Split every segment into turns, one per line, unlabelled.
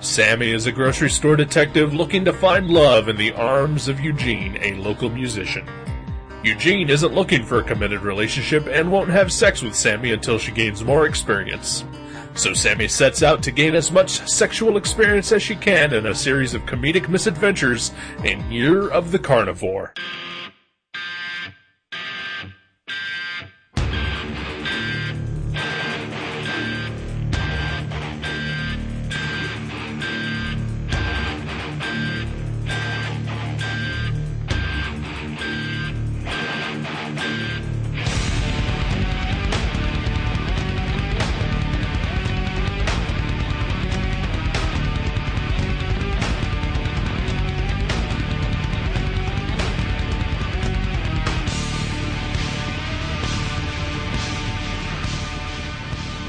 Sammy is a grocery store detective looking to find love in the arms of Eugene, a local musician. Eugene isn't looking for a committed relationship and won't have sex with Sammy until she gains more experience. So Sammy sets out to gain as much sexual experience as she can in a series of comedic misadventures in Year of the Carnivore.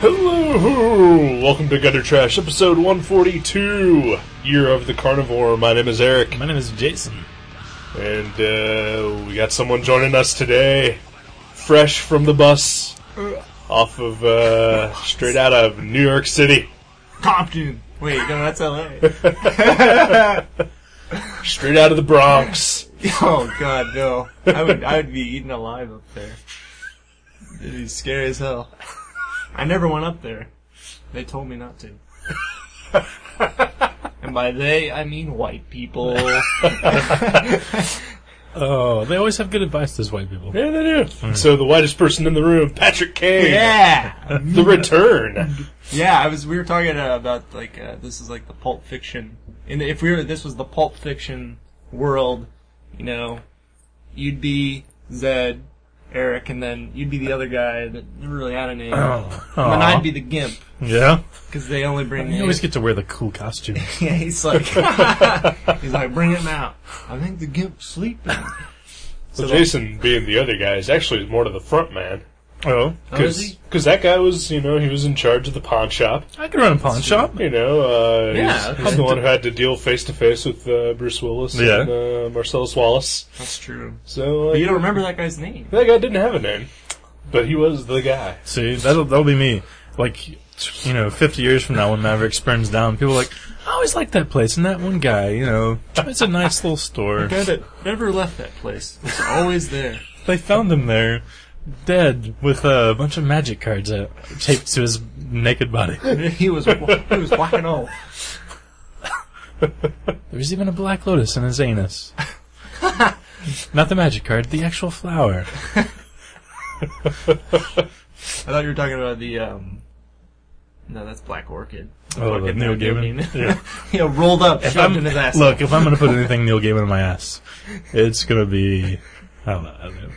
Hello, ho! welcome to Gutter Trash, episode 142, Year of the Carnivore. My name is Eric,
My name is Jason.
and uh, we got someone joining us today, fresh from the bus, off of uh, straight out of New York City,
Compton. Wait, no, that's LA.
straight out of the Bronx.
oh god, no. I would I would be eaten alive up there. It'd be scary as hell. I never went up there. They told me not to. and by they I mean white people.
Oh, they always have good advice, those white people.
Yeah, they do. So the whitest person in the room, Patrick Kane,
yeah.
the return.
Yeah, I was we were talking uh, about like uh, this is like the pulp fiction. And if we were this was the pulp fiction world, you know, you'd be Zed, Eric, and then you'd be the other guy that never really had a name.
Oh.
And then I'd be the gimp
Yeah.
because they only bring.
You always get to wear the cool costume.
yeah, he's like, he's like, bring him out. I think the gimp's sleeping.
So Jason, being the other guy, is actually more to the front man.
oh.
Oh, is he?
Because that guy was, you know, he was in charge of the pawn shop.
I could run a pawn shop.
You know, uh, he's,
Yeah,
he's the one who had to deal face to face with uh, Bruce Willis
Yeah.
and uh, Marcellus Wallace.
That's true.
So uh,
But you don't remember that guy's name.
that guy didn't have a name, but he was the guy.
See, that'll, that'll be me. Like, you know, 50 years from now when Maverick burns down, people are like, I always liked that place and that one guy, you know. It's a nice little store.
Guy that never left that place. He's always there.
They found him there, dead, with uh, a bunch of magic cards uh, taped to his naked body.
He was he was whacking off.
There was even a black lotus in his anus. Not the magic card, the actual flower.
I thought you were talking about the um. No, that's Black Orchid.
Oh,
Orchid,
the Neil Gaiman. Yeah.
yeah, rolled up,
If
shoved
I'm-
in his ass.
Look, if I'm going to put anything Neil Gaiman in my ass, it's going to be I don't know. I don't know.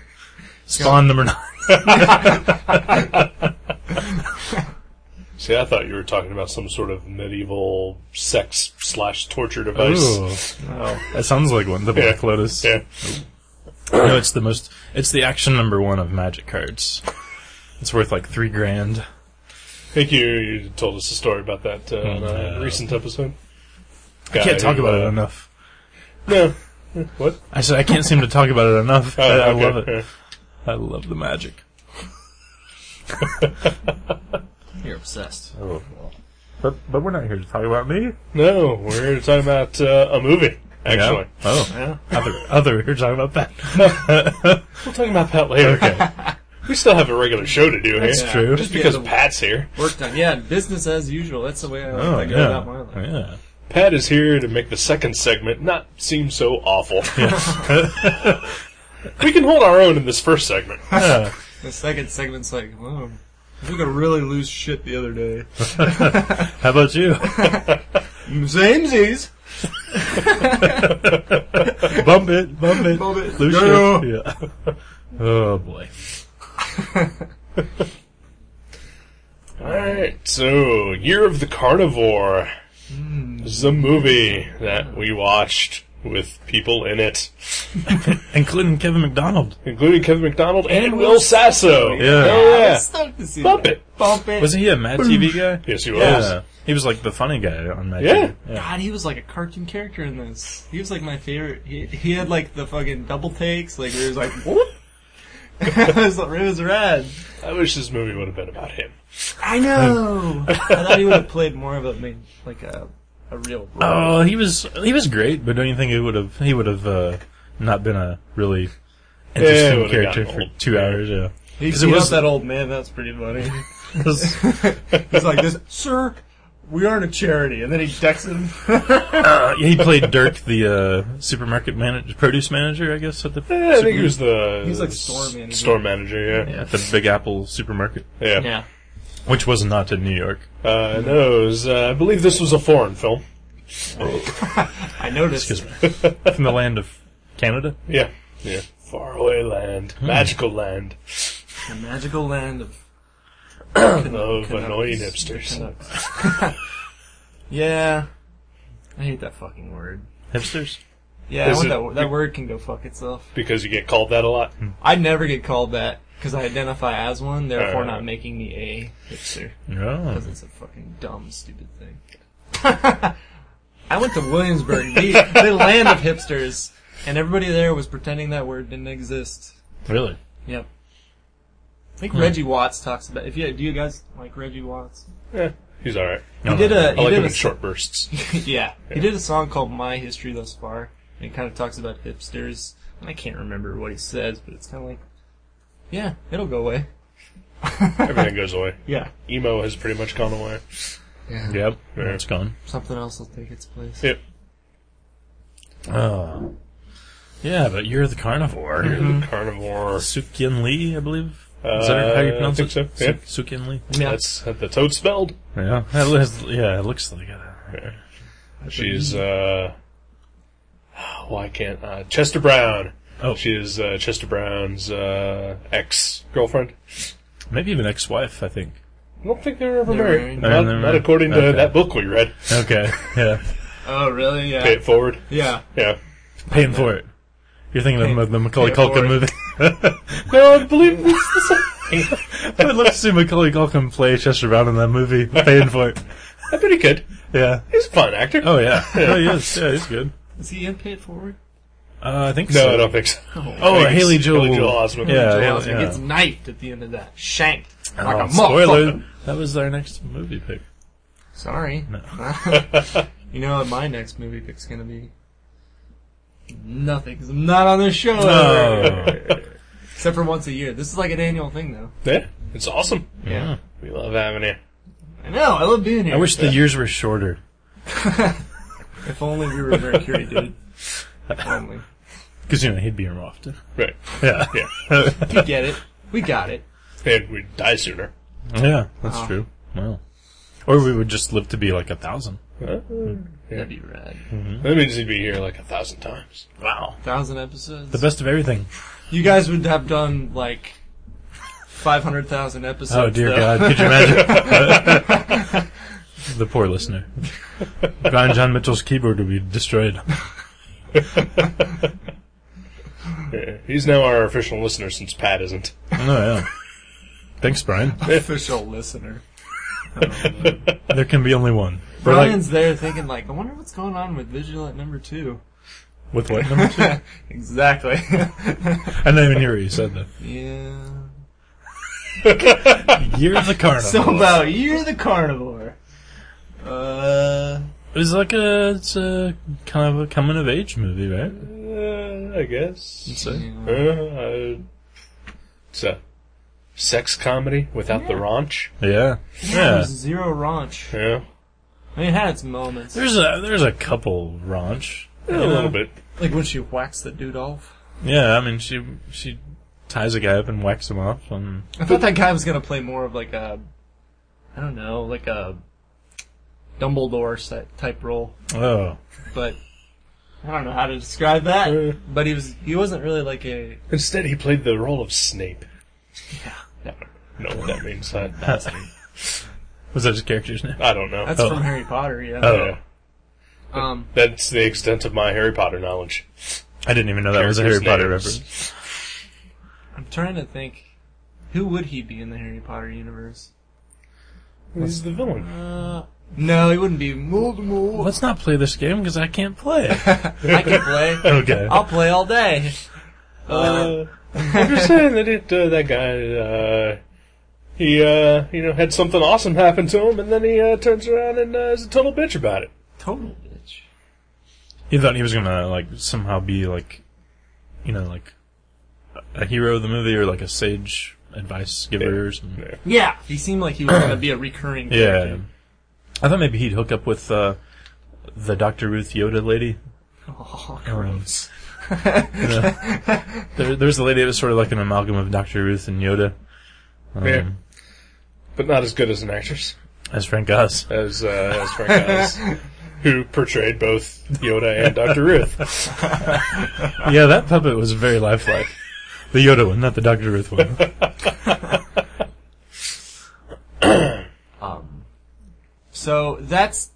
Spawn number nine.
See, I thought you were talking about some sort of medieval sex slash torture device.
Oh,
that sounds like one. The Black Lotus.
Yeah.
No, it's the most. It's the action number one of magic cards. It's worth like three grand.
I think you, you told us a story about that uh, in a
No.
recent episode.
Mm-hmm.
uh,
I can't talk about it enough.
No. What?
I said I can't seem to talk about it enough.
Oh,
I, I
okay.
love it.
Yeah.
I love the magic.
you're obsessed.
Oh. But but we're not here to talk about me.
No, we're talking about uh, a movie, actually.
Oh.
Yeah.
Other other we're talking about that.
We'll talk about that later.
Okay.
We still have a regular show to do
That's
here.
true.
Just because
Yeah, the-
Pat's here.
Work done. Yeah, business as usual. That's the way I,
Oh,
I go
yeah.
about my life.
Yeah.
Pat is here to make the second segment not seem so awful.
Oh,
we can hold our own in this first segment.
Yeah.
The second segment's like, whoa, I took a really loose shit the other day.
How about you?
Zamesies.
bump it, bump it,
Bump it.
Loose
Yeah.
shirt. Yeah. Oh boy.
Alright, so Year of the Carnivore is a movie that we watched with people in it,
Including Kevin McDonald.
including Kevin McDonald and Will Sasso.
Oh,
Yeah.
Hell yeah.
Stoked to see
Bump
that.
it.
Bump it.
Wasn't he a Mad TV guy?
Yes, he was.
Yeah. He was like the funny guy on Mad
Yeah.
TV. Yeah.
God, he was like a cartoon character in this. He was like my favorite. He, he had like the fucking double takes, like where he was like, whoop. it, was, it was rad.
I wish this movie would have been about him.
I know. I thought he would have played more of a main, like a a real role.
Oh, he was he was great, but don't you think it would have he would have uh, not been a really
Yeah, it
interesting
would've
character
gotten
for
old.
two hours? Yeah,
he
'cause it
beat
was-
up that old man. That's pretty funny.
It was-
He's like this, sir. We aren't a charity, and then he decks him.
uh, he played Dirk, the uh, supermarket manager, produce manager, I guess, at the
Yeah, I think he was the
He's like store manager.
Store manager, yeah.
at the Big Apple supermarket,
Yeah.
which was not in New York.
Uh, no, it was, uh, I believe this was a foreign film.
I noticed.
Excuse me, from the land of Canada.
Yeah. Yeah. Faraway land, magical land
The magical land of
of
Canucks.
annoying
The
hipsters.
Canucks. yeah, I hate that fucking word.
Hipsters.
Yeah, I
Is
want
it-
that, wo- that word can go fuck itself.
Because you get called that a lot.
I never get called that because I identify as one, therefore
Uh.
not making me a hipster.
Oh.
Because it's a fucking dumb, stupid thing. I went to Williamsburg, the, the land of hipsters, and everybody there was pretending that word didn't exist.
Really?
Yep. I think Reggie Watts talks about. If you do, you guys like Reggie Watts.
Yeah, he's alright.
He did a.
I
He
like
did
him
a
in short bursts.
yeah. He did a song called My History Thus Far, and it kind of talks about hipsters. And I can't remember what he says, but it's kind of like, yeah, it'll go away.
Everything goes away.
Yeah.
Emo has pretty much gone away.
Yep. It's gone.
Something else will take its place.
Yep.
Oh. Yeah, but you're the carnivore.
Hmm. Carnivore.
Sukyin Lee, I believe. Is
Uh,
that how you
I
pronounce
think
it?
so, yeah.
Suk- Sukyin Lee.
Yeah.
That's the toad spelled.
Yeah, that looks, yeah, it looks like it.
She's uh why can't uh Chester Brown.
Oh,
She is uh, Chester Brown's uh ex girlfriend.
maybe even ex-wife, I think.
I don't think they were ever
They were
married.
married.
Not,
Yeah, they were
not
married.
according to
Okay.
that book we read.
Okay, yeah,
Oh, really? Yeah.
Pay it forward.
Yeah.
Yeah.
paying for it. You're thinking of the Macaulay
paying for
Culkin
it.
movie.
No, I believe it's the same.
I'd love to see Macaulay Culkin play Chester Brown in that movie, paying for it.
I bet he could.
Yeah.
He's a fun actor.
Oh yeah. Oh he is. Yeah, he's good.
Is he in Pay It Forward?
Uh, I think
No,
so.
I don't think so.
Oh,
I think it's
Haley Joel.
Haley Joel Osment.
Yeah,
Joel
yeah,
Osment
yeah.
gets knifed at the end of that. Shanked. Like
Oh,
a motherfucker.
spoiler. That was our next movie pick.
Sorry. you know what my next movie pick's gonna be? Nothing, because I'm not on this show.
No.
Except for once a year. This is like an annual thing, though.
Yeah, it's awesome.
Yeah.
We love having you.
I know, I love being here.
I wish the years were shorter.
If only we were Mercury, dude. If only.
Because, you know, he'd be here more often.
Right.
Yeah.
Yeah.
You get it. We got it.
and we'd die sooner.
Yeah, that's
Wow.
true. Wow. Or we would just live to be like a thousand.
Uh,
That'd be rad.
Hmm.
That means he'd be here like a thousand times.
Wow.
Thousand episodes.
The best of everything.
You guys would have done like five hundred thousand episodes.
Oh dear
though.
God, could you imagine? the poor listener. Brian John Mitchell's keyboard would be destroyed.
Yeah. He's now our official listener since Pat isn't.
No, Oh, yeah. Thanks, Brian.
Official listener.
Uh,
There can be only one. We're like-
Brian's there thinking like, I wonder what's going on with Vigilant number two.
with what number two?
Exactly.
I didn't even hear what you said though.
yeah.
Year of the Carnival.
So about you're the carnivore. Uh,
it was like a, it's a kind of a coming of age movie, right?
Uh, I guess.
So,
Uh, uh, it's a sex comedy without the raunch.
yeah,
yeah.
yeah.
zero raunch.
Yeah.
I mean, it had its moments.
There's a there's a couple raunch.
Yeah, a little bit.
Like when she whacks the dude off.
Yeah, I mean she she ties a guy up and whacks him off, and
I thought that guy was gonna play more of like a, I don't know, like a Dumbledore si- type role,
oh,
but I don't know how to describe that.
Uh.
But he was he wasn't really like a
Instead, he played the role of Snape.
no.
No, what that means that. That's Uh, me.
was that his character's name?
I don't know.
That's
Oh.
from Harry Potter, yeah.
Oh,
Um,
That's the extent of my Harry Potter knowledge.
I didn't even know that was a Harry
Characters'
Potter
names.
reference.
I'm trying to think, who would he be in the Harry Potter universe?
He's the villain.
Uh, no, he wouldn't be Voldemort.
Let's not play this game because I can't play.
I can play.
okay.
I'll play all day. Uh,
Uh, I'm just saying that it, uh, that guy, uh, he, uh, you know, had something awesome happen to him, and then he uh, turns around and uh, is a total bitch about it.
total bitch.
He thought he was gonna like somehow be like, you know, like a hero of the movie or like a sage advice giver or something.
Yeah.
Yeah, he seemed like he was gonna be a recurring.
Yeah,
character.
I thought maybe he'd hook up with uh, the Doctor Ruth Yoda lady.
Oh,
Gross. there, there's a lady that was sort of like an amalgam of Doctor Ruth and Yoda. Um,
Yeah. But not as good as an actress
As Frank Oz.
as uh, as Frank Oz, who portrayed both Yoda and Doctor Ruth.
yeah, that puppet was very lifelike. The Yoda one, not the Doctor Ruth one.
Um, so that's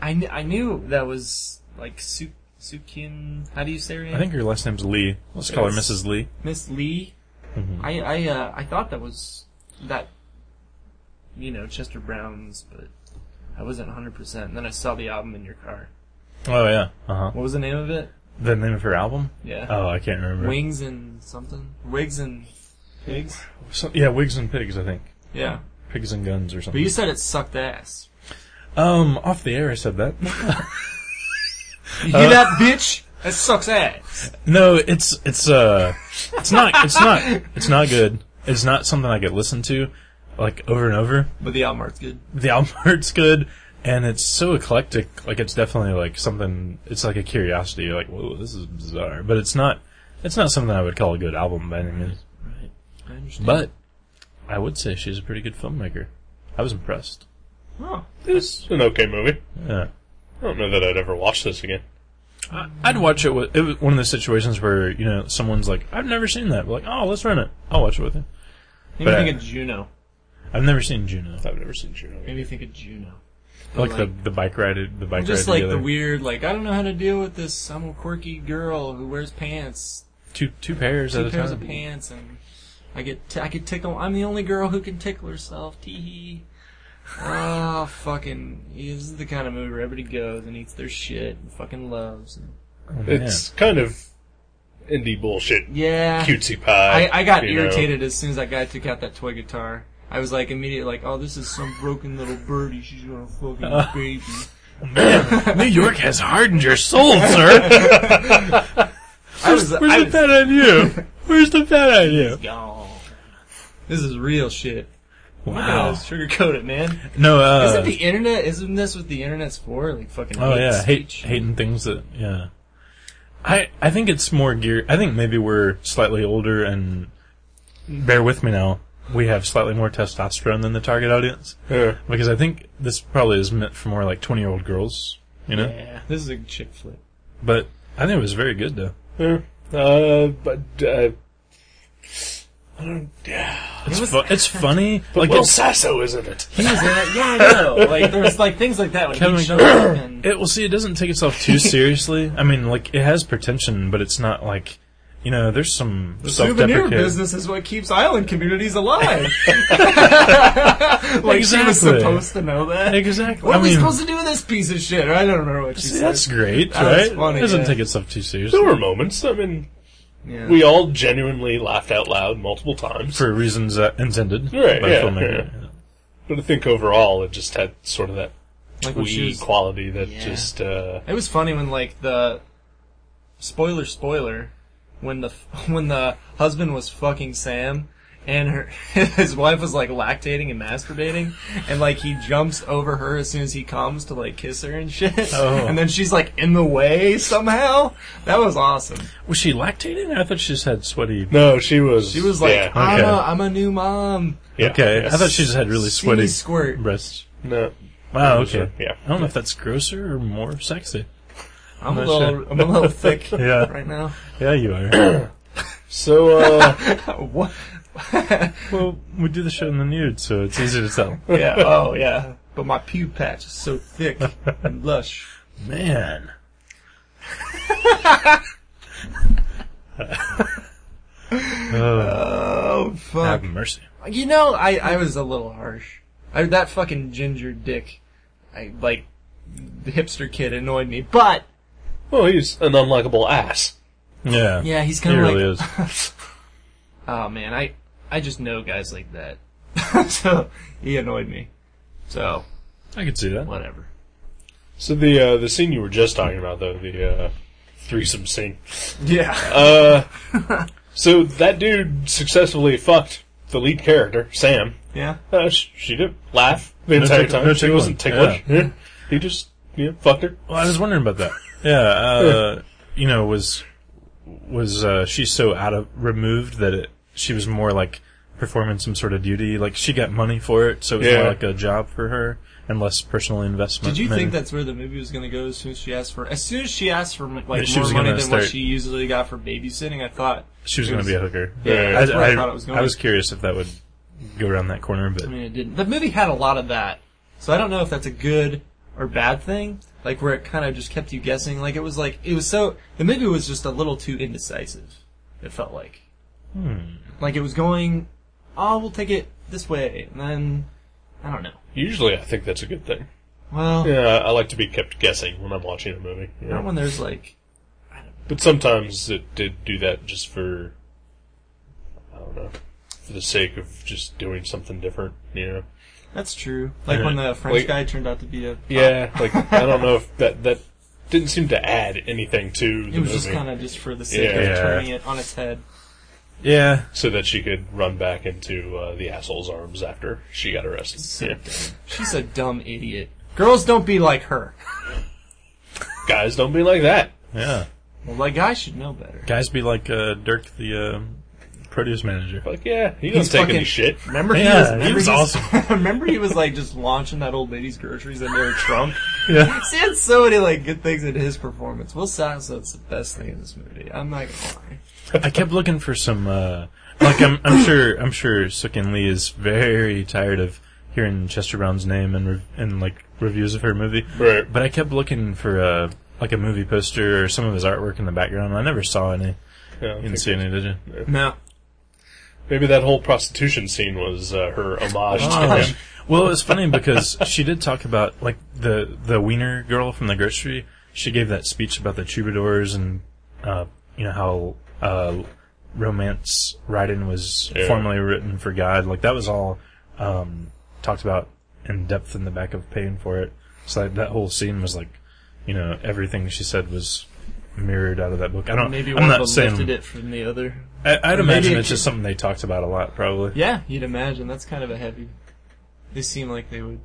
I, kn- I knew that was like Su- Sukin. How do you say her name?
I think her last name's Lee. Let's call her
Yes.
Mrs. Lee.
Miss Lee.
Mm-hmm.
I I uh, I thought that was that you know Chester Brown's, but I wasn't 100. percent And then I saw the album in your car.
Oh yeah. Uh huh.
What was the name of it?
The name of her album?
Yeah.
Oh, I can't remember.
Wings and something. Wigs and pigs.
So- yeah, Wigs and Pigs, I think.
Yeah.
Pigs and Guns or
But
something.
you said it sucked ass.
um, off the air, I said that.
You
Uh,
hear that, bitch? That sucks ass.
No, it's it's uh, it's not it's not it's not good. It's not something I could listen to like over and over.
But the album art's good.
The album art's good, and it's so eclectic. Like it's definitely like something. It's like a curiosity. You're like, whoa, this is bizarre. But it's not. It's not something I would call a good album by any means.
Right. I understand.
But I would say she's a pretty good filmmaker. I was impressed.
oh,
It's an okay movie.
Yeah.
I don't know that I'd ever watch this again.
I- I'd watch it with it was one of those situations where you know someone's like, "I've never seen that." We're like, "Oh, let's rent it. I'll watch it with you."
maybe
But-
think of Juno.
I've never seen Juno.
I've never seen Juno.
Maybe think of Juno.
Like,
But,
the the bike ride, the bike
just
ride
like
together.
the weird, like I don't know how to deal with this. I'm a quirky girl who wears pants,
two two pairs at
two
a
pairs
time.
of pants, and I get t- I could tickle. I'm the only girl who can tickle herself. Tee hee. Oh, fucking! This is the kind of movie where everybody goes and eats their shit and fucking loves. And,
Oh, man.
It's kind of indie bullshit,
yeah,
cutesy pie.
I, I got
you know.
irritated as soon as that guy took out that toy guitar. I was like immediately like, oh, this is some broken little birdie. She's gonna fucking baby.
New York has hardened your soul, sir.
I was,
Where's
I
the
was
bad idea? Where's the bad idea?
gone. This is real shit.
Wow.
sugarcoat it, man.
No. Uh,
Isn't the internet? Isn't this what the internet's for? Like fucking.
Oh
hate
yeah, hate,
speech.
hating things that yeah. I I think it's more geared. I think maybe we're slightly older and bear with me now. We have slightly more testosterone than the target audience
Yeah.
because I think this probably is meant for more like twenty year old girls, you know.
Yeah, this is a chick flick.
But I think it was very good though.
Yeah. Uh, but uh, I don't.
It's fu- it's funny.
But
like
Will
it's,
Sasso is in it.
He was in it. Yeah, I know. Like there's like things like that when
Kevin
he showed up and
it well see it doesn't take itself too seriously. I mean like it has pretension, but it's not like you know there's some self
Souvenir
deprecating.
business is what keeps island communities alive. like she
Exactly.
was supposed to know that.
Exactly.
What
I
are we
mean,
supposed to do with this piece of shit? I don't remember what she
See,
said.
that's great,
That was
right?
funny,
it doesn't
yeah.
take itself too seriously.
There were moments. I mean,
Yeah.
we all genuinely laughed out loud multiple times.
For reasons uh, intended
Right,
by
yeah,
filmmaker.
but I think overall, it just had sort of that
like when she
twee
was-
quality that
Yeah.
just. Uh,
It was funny when like the spoiler spoiler when the when the husband was fucking Sam and her his wife was like lactating and masturbating and like he jumps over her as soon as he comes to like kiss her and shit
Oh.
and then she's like in the way somehow that was awesome
Was she lactating? I thought she just had sweaty.
no, she was.
she was like
yeah,
I'm,
Okay.
a, I'm a new mom
yeah,
okay,
yes.
I thought she just had really
See
sweaty
me squirt
breasts.
No,
Wow.
Those
Okay.
are- yeah.
I don't know if that's grosser or more sexy.
I'm a
No
little I'm a little thick
Yeah.
right now
Yeah, you are.
So uh,
what
well, we do the show in the nude, so it's easy to tell.
yeah oh yeah but my pew patch is so thick and lush
Man. oh,
Oh fuck!
have mercy.
You know, I I was a little harsh. I, that fucking ginger dick, I like the hipster kid annoyed me. But
well, he's an unlikable ass.
Yeah.
yeah, he's
He
kind of like,
really is.
oh man, I I just know guys like that. so he annoyed me. So
I could see that.
whatever.
So the uh, the scene you were just talking about, though the uh, threesome scene.
Yeah.
Uh, so that dude successfully fucked the lead character, Sam.
Yeah.
Uh, sh- she didn't laugh the
No
entire
tick-
time.
no
she wasn't
tickling.
ticklish. Yeah. He just yeah, fucked her.
Well, I was wondering about that. Yeah, uh, you know, was was uh, she so out of removed that it, she was more like performing some sort of duty? Like she got money for it, so it was
Yeah.
more like a job for her and less personal investment.
Did you
than-
think that's where the movie was going to go? As soon as she asked for, as soon as she asked for like
she
more
was
money
gonna
than
start-
what she usually got for babysitting, I thought.
she was
it
going
was-
to be a hooker?
Yeah, that's where I thought it was going.
I was curious if that would go around that corner, but
I mean, it didn't. The movie had a lot of that, so I don't know if that's a good or bad thing. Like where it kind of just kept you guessing. Like it was like it was so the movie was just a little too indecisive. It felt like,
Hmm.
like it was going, oh, we'll take it this way, and then I don't know.
Usually, I think that's a good thing.
Well,
Yeah, I like to be kept guessing when I'm watching a movie. you know.
not when there's like
But sometimes it did do that just for, I don't know, for the sake of just doing something different, you know?
that's true. Like when the French
Wait.
guy turned out to be a
Yeah, like, I don't know if that, that didn't seem to add anything to the
It
movie
was just kind of just for the sake
Yeah.
of turning it on its head.
yeah,
so that she could run back into uh, the asshole's arms after she got arrested. Yeah.
She's a dumb idiot. Girls don't be like her.
Guys, don't be like that.
yeah.
Well, like guys should know better.
Guys be like uh, Dirk, the um produce manager.
Like, yeah, he doesn't
He's
take any
fucking-
shit.
Remember
Yeah,
he was,
he
remember
was awesome.
remember he was like just launching that old lady's groceries into her trunk.
Yeah,
See, had so many like good things in his performance. Will Sasso—that's the best thing in this movie. I'm not gonna lie.
I kept looking for some. Uh, like I'm, I'm sure, I'm sure Sookin Lee is very tired of hearing Chester Brown's name and re- and like reviews of her movie.
Right.
But I kept looking for uh, like a movie poster or some of his artwork in the background. and I never saw any.
Yeah, I
You didn't
think-
see any, did you?
No,
Maybe that whole prostitution scene was uh, her homage to him.
Oh, Well, it was funny because she did talk about like the the wiener girl from the grocery. She gave that speech about the troubadours and uh, you know how uh, romance writing was
Yeah.
formerly written for God. Like that was all um, talked about in depth in the back of paying for it. So like, that whole scene was like, you know, everything she said was mirrored out of that book. I don't.
maybe
I'm
one
not
of them
saying,
lifted it from the other.
I, I'd imagine
it
it's just something they talked about a lot, probably.
Yeah, you'd imagine that's kind of a heavy. They seem like they would.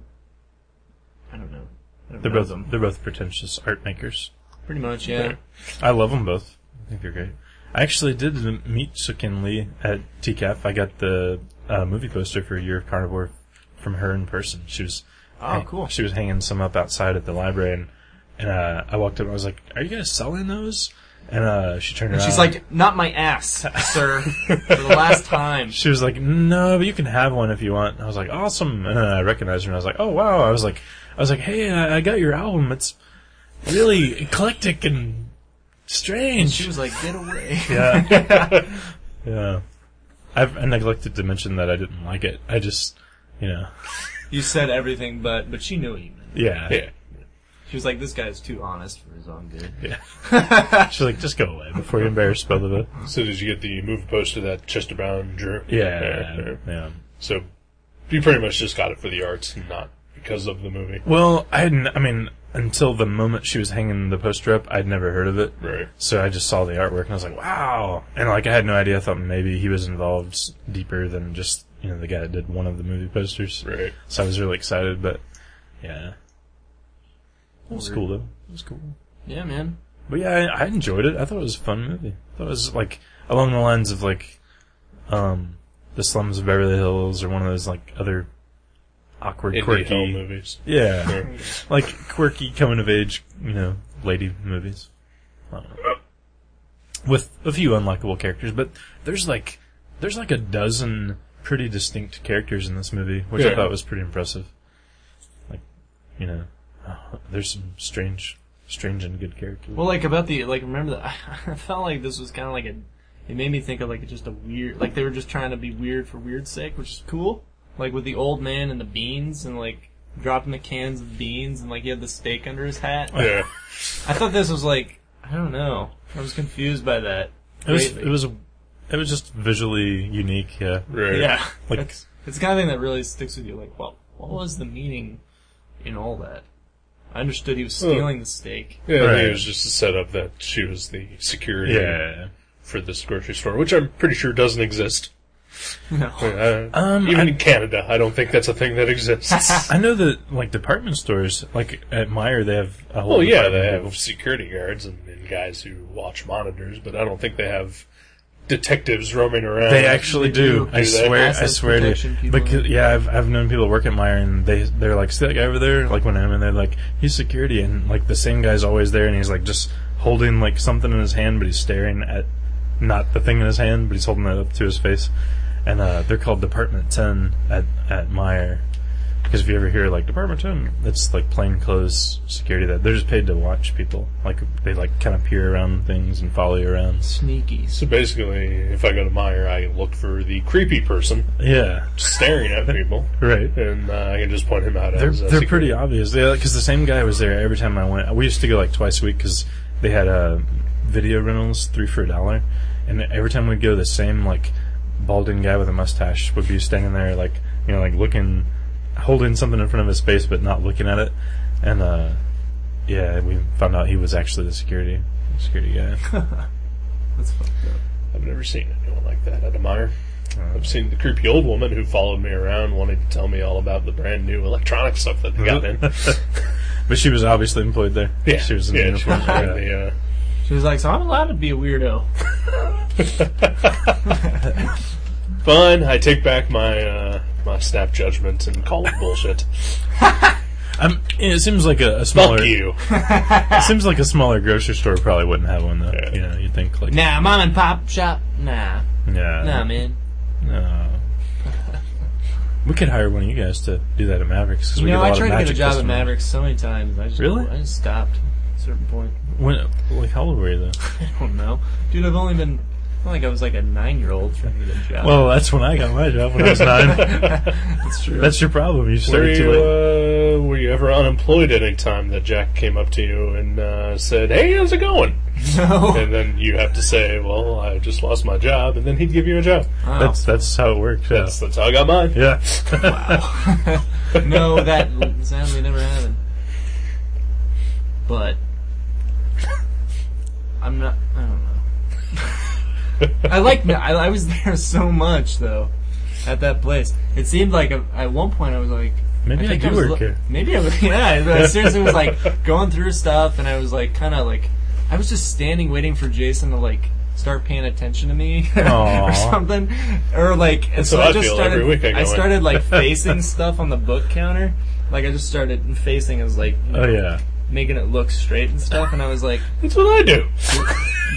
I don't know. I don't
They're
know
both they're both pretentious art makers.
Pretty much, yeah.
I love them both. I think they're great. I actually did meet Sookin Lee at TCAF. I got the uh, movie poster for Year of Carnivore from her in person. She was
Oh, cool.
She was hanging some up outside at the library, and and uh, I walked up and I was like, "Are you guys selling those?" And uh, she turned around.
She's like, not my ass, sir. For the last time.
She was like, "No, but you can have one if you want." And I was like, "Awesome!" And then I recognized her, and I was like, "Oh wow!" I was like, "I was like, hey, I, I got your album. It's really eclectic and strange."
She was like, get away.
Yeah. yeah. I've I neglected to mention that I didn't like it. I just, you know,
You said everything, but but she knew what you meant.
yeah.
Yeah.
She was like, this guy's too honest for his own good.
She's like, just go away before you embarrass both of us.
So did you get the movie poster that Chester Brown drew?
Yeah. Yeah.
So you pretty much just got it for the arts, not because of the movie.
Well, I hadn't. I mean, until the moment she was hanging the poster up, I'd never heard of it.
Right.
So I just saw the artwork and I was like, wow. And like, I had no idea. I thought maybe he was involved s- deeper than just you know the guy that did one of the movie posters.
Right.
So I was really excited, but yeah, it was
Weird.
cool though. It was cool.
Yeah, man.
But yeah, I, I enjoyed it. I thought it was a fun movie. I thought it was like along the lines of like, um, the slums of Beverly Hills or one of those like other awkward,
Indie
quirky,
hell movies.
yeah,
Sure.
like quirky coming of age, you know, lady movies. I don't know. With a few unlikable characters, but there's like there's like a dozen pretty distinct characters in this movie, which I
Yeah.
thought was pretty impressive. Like, you know, there's some strange, strange and good characters.
Well, like about the like, remember that? I felt like this was kind of like a. It made me think of like just a weird, like they were just trying to be weird for weird's sake, which is cool. Like with the old man and the beans and like dropping the cans of beans and like he had the steak under his hat.
Yeah.
I thought this was like I don't know. I was confused by that.
It was
greatly.
it was it was just visually unique. Yeah,
Right.
yeah.
Like-
it's, it's the kind of thing that really sticks with you. Like, well, what was the meaning in all that? I understood he was stealing the steak.
Yeah, I think
Right.
it was just to set up that she was the security
Yeah.
for this grocery store, which I'm pretty sure doesn't exist.
No.
Uh,
Um,
even
I-
in Canada, I don't think that's a thing that exists.
I know that like department stores, like at Meyer, they have a whole.
well, Oh, yeah,
department
they
of-
have security guards and, and guys who watch monitors, but I don't think they have detectives roaming around.
They actually do.
do.
I
Do they?
swear. I
Asset
swear
protection
to.
people.
Because yeah, I've I've known people work at Meyer and they they're like see that guy over there. Like when I'm in there, like he's security and like the same guy's always there and he's like just holding like something in his hand, but he's staring at not the thing in his hand, but he's holding it up to his face. And uh, they're called Department Ten at at Meyer. Because if you ever hear like Department Ten, it's like plainclothes security that they're just paid to watch people. Like they like kind of peer around things and follow you around.
Sneaky.
So basically, if I go to Meyer, I look for the creepy person
Yeah,
staring at people,
right.
and uh, I can just point him out
They're
as a
they're
security-
pretty obvious. Because the same guy was there every time I went. We used to go like twice a week because they had uh, video rentals, three for a dollar, and every time we'd go, the same like balding guy with a mustache would be standing there, like you know, like looking, holding something in front of his face, but not looking at it. And uh, yeah, we found out he was actually the security security guy.
That's fucked up.
I've never seen anyone like that at a Meyer. I've seen the creepy old woman who followed me around, wanted to tell me all about the brand new electronic stuff that they got in.
but she was obviously employed there.
Yeah,
she was in
yeah,
uniform.
she was
Yeah.
wearing the, uh,
She was like, so I'm allowed to be a weirdo.
fine. I take back my uh, my snap judgment and call it bullshit.
I'm, Um, it seems like a, a smaller.
Fuck you.
It seems like a smaller grocery store probably wouldn't have one though.
Yeah.
You know, you'd think like
Nah, mom and pop shop? Nah.
nah,
Nah, man.
no. we could hire one of you guys to do that at Mavericks because
You
we
know,
get a
I
lot
tried
of
to get
magic
a job at
customers.
Mavericks so many times. I just,
Really?
I just stopped at a certain point.
When, like how old were you though?
I don't know. Dude, I've only been, I feel like I was like a nine year old trying to get a job.
Well, that's when I got my job when I was nine.
that's true.
that's your problem. You
Were
started too
you,
late.
uh, were you ever unemployed at any time that Jack came up to you and uh, said, "Hey, how's it going?"
no.
And then you have to say, "Well, I just lost my job," and then he'd give you a job.
Wow.
That's that's how it worked. Yeah.
That's, that's how I got mine.
uh, yeah.
no, that sadly never happened. But I'm not. I don't know. I like. Ma- I, I was there so much though, at that place. It seemed like a, at one point I was like,
Maybe I
think
do
was
work
loo-
here.
Maybe I was. Yeah, I seriously was like going through stuff, and I was like, kind of like, I was just standing waiting for Jason to like start paying attention to me
Aw.
or something, or like. And
That's how I
just
feel
started.
every week I go in.
started like facing stuff on the book counter. Like I just started facing. I was like, you know,
Oh yeah.
making it look straight and stuff. And I was like,
That's what I do.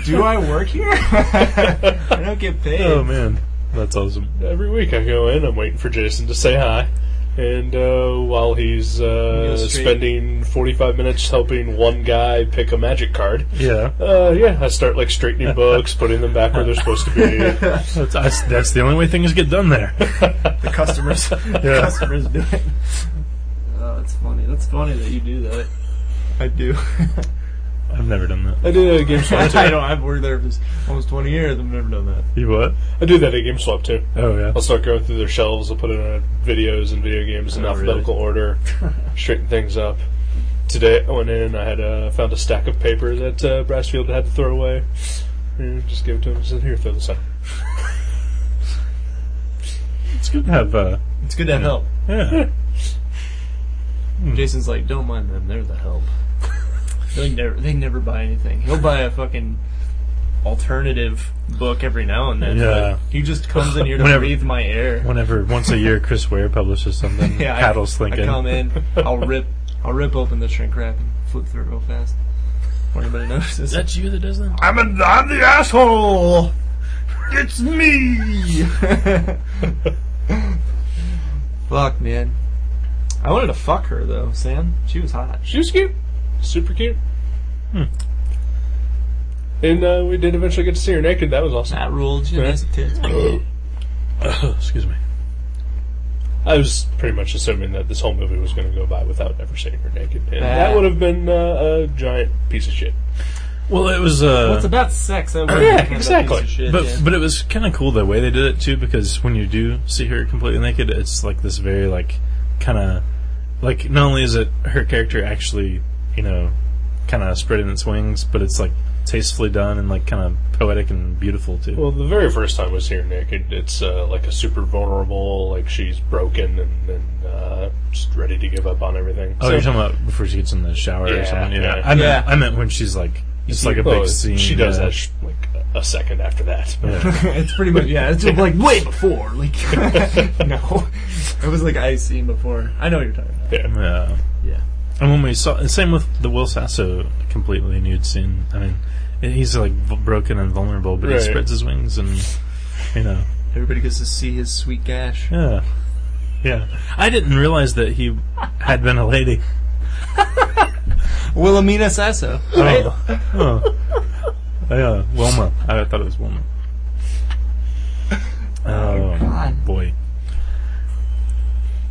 Do I work here? I don't get paid.
Oh man, that's awesome.
Every week I go in, I'm waiting for Jason to say hi. And uh, while he's uh,
Goes straight.
spending 45 minutes helping one guy pick a magic card,
Yeah.
uh, yeah, I start like straightening books, putting them back where they're supposed to be.
That's that's, that's the only way things get done there.
the customers, the
Yeah.
customers do it. Oh, that's funny. That's funny that you do that. I do.
I've never done that.
I do that at GameStop
I
too.
don't. I've worked there for almost twenty years. I've never done that.
You what?
I do that at GameStop too.
Oh yeah.
I'll start going through their shelves. I'll put in uh, videos and video games in
Oh, really?
alphabetical order, straighten things up. Today I went in. I had uh, found a stack of paper that uh, Brassfield had to throw away. And just gave it to him. and said, "Here, throw this out."
It's good to have. Uh,
It's good to help.
yeah.
Jason's like, don't mind them. They're the help. They never. They never buy anything. He'll buy a fucking alternative book every now and then. but
Yeah.
He just comes in here to
Whenever-
breathe my air.
Whenever once a year Chris Ware publishes something,
Yeah, I-
Cattle's
I
thinking.
come in, I'll rip, I'll rip open the shrink wrap and flip through it real fast. Before anybody notices.
you that does that?
I'm, a, I'm the asshole.
it's me. fuck, man. I wanted to fuck her though, Sam. She was hot.
She was cute, super cute.
Hmm.
And uh, we did eventually get to see her naked. That was awesome.
That ruled. She had nice tits.
Excuse me.
I was pretty much assuming that this whole movie was going to go by without ever seeing her naked, and
Ah.
that would have been uh, a giant piece of shit.
Well, it was. Uh,
Well, it's about sex. That would've
Yeah,
been kind of a
exactly.
piece of shit,
but
yeah.
but it was kind of cool the way they did it too, because when you do see her completely naked, it's like this very like kind of like not only is it her character actually, you know, kind of spreading its wings, but it's like tastefully done and like kind of poetic and beautiful too.
Well, the very first time I was here, Nick, it, it's uh, like a super vulnerable, like she's broken and, and uh, just ready to give up on everything.
oh,
So-
you're talking about before she gets in the shower
Yeah,
or something? Yeah.
yeah.
I meant
Yeah.
I meant when she's like it's like a
Oh,
big scene.
She does
yeah.
that sh- like a second after that.
Yeah.
it's pretty much yeah. It's like way before. Like no, it was like I seen before. I know what you're talking about.
Yeah.
yeah.
Yeah.
And when we saw, and same with the Will Sasso completely nude scene. I mean, he's like v- broken and vulnerable, but
Right.
he spreads his wings and you know,
Everybody gets to see his sweet gash.
yeah, yeah. I didn't realize that he had been a lady.
Wilhelmina Sasso. Right?
Oh, oh. yeah, Wilma. I thought it was Wilma. Oh,
God.
boy.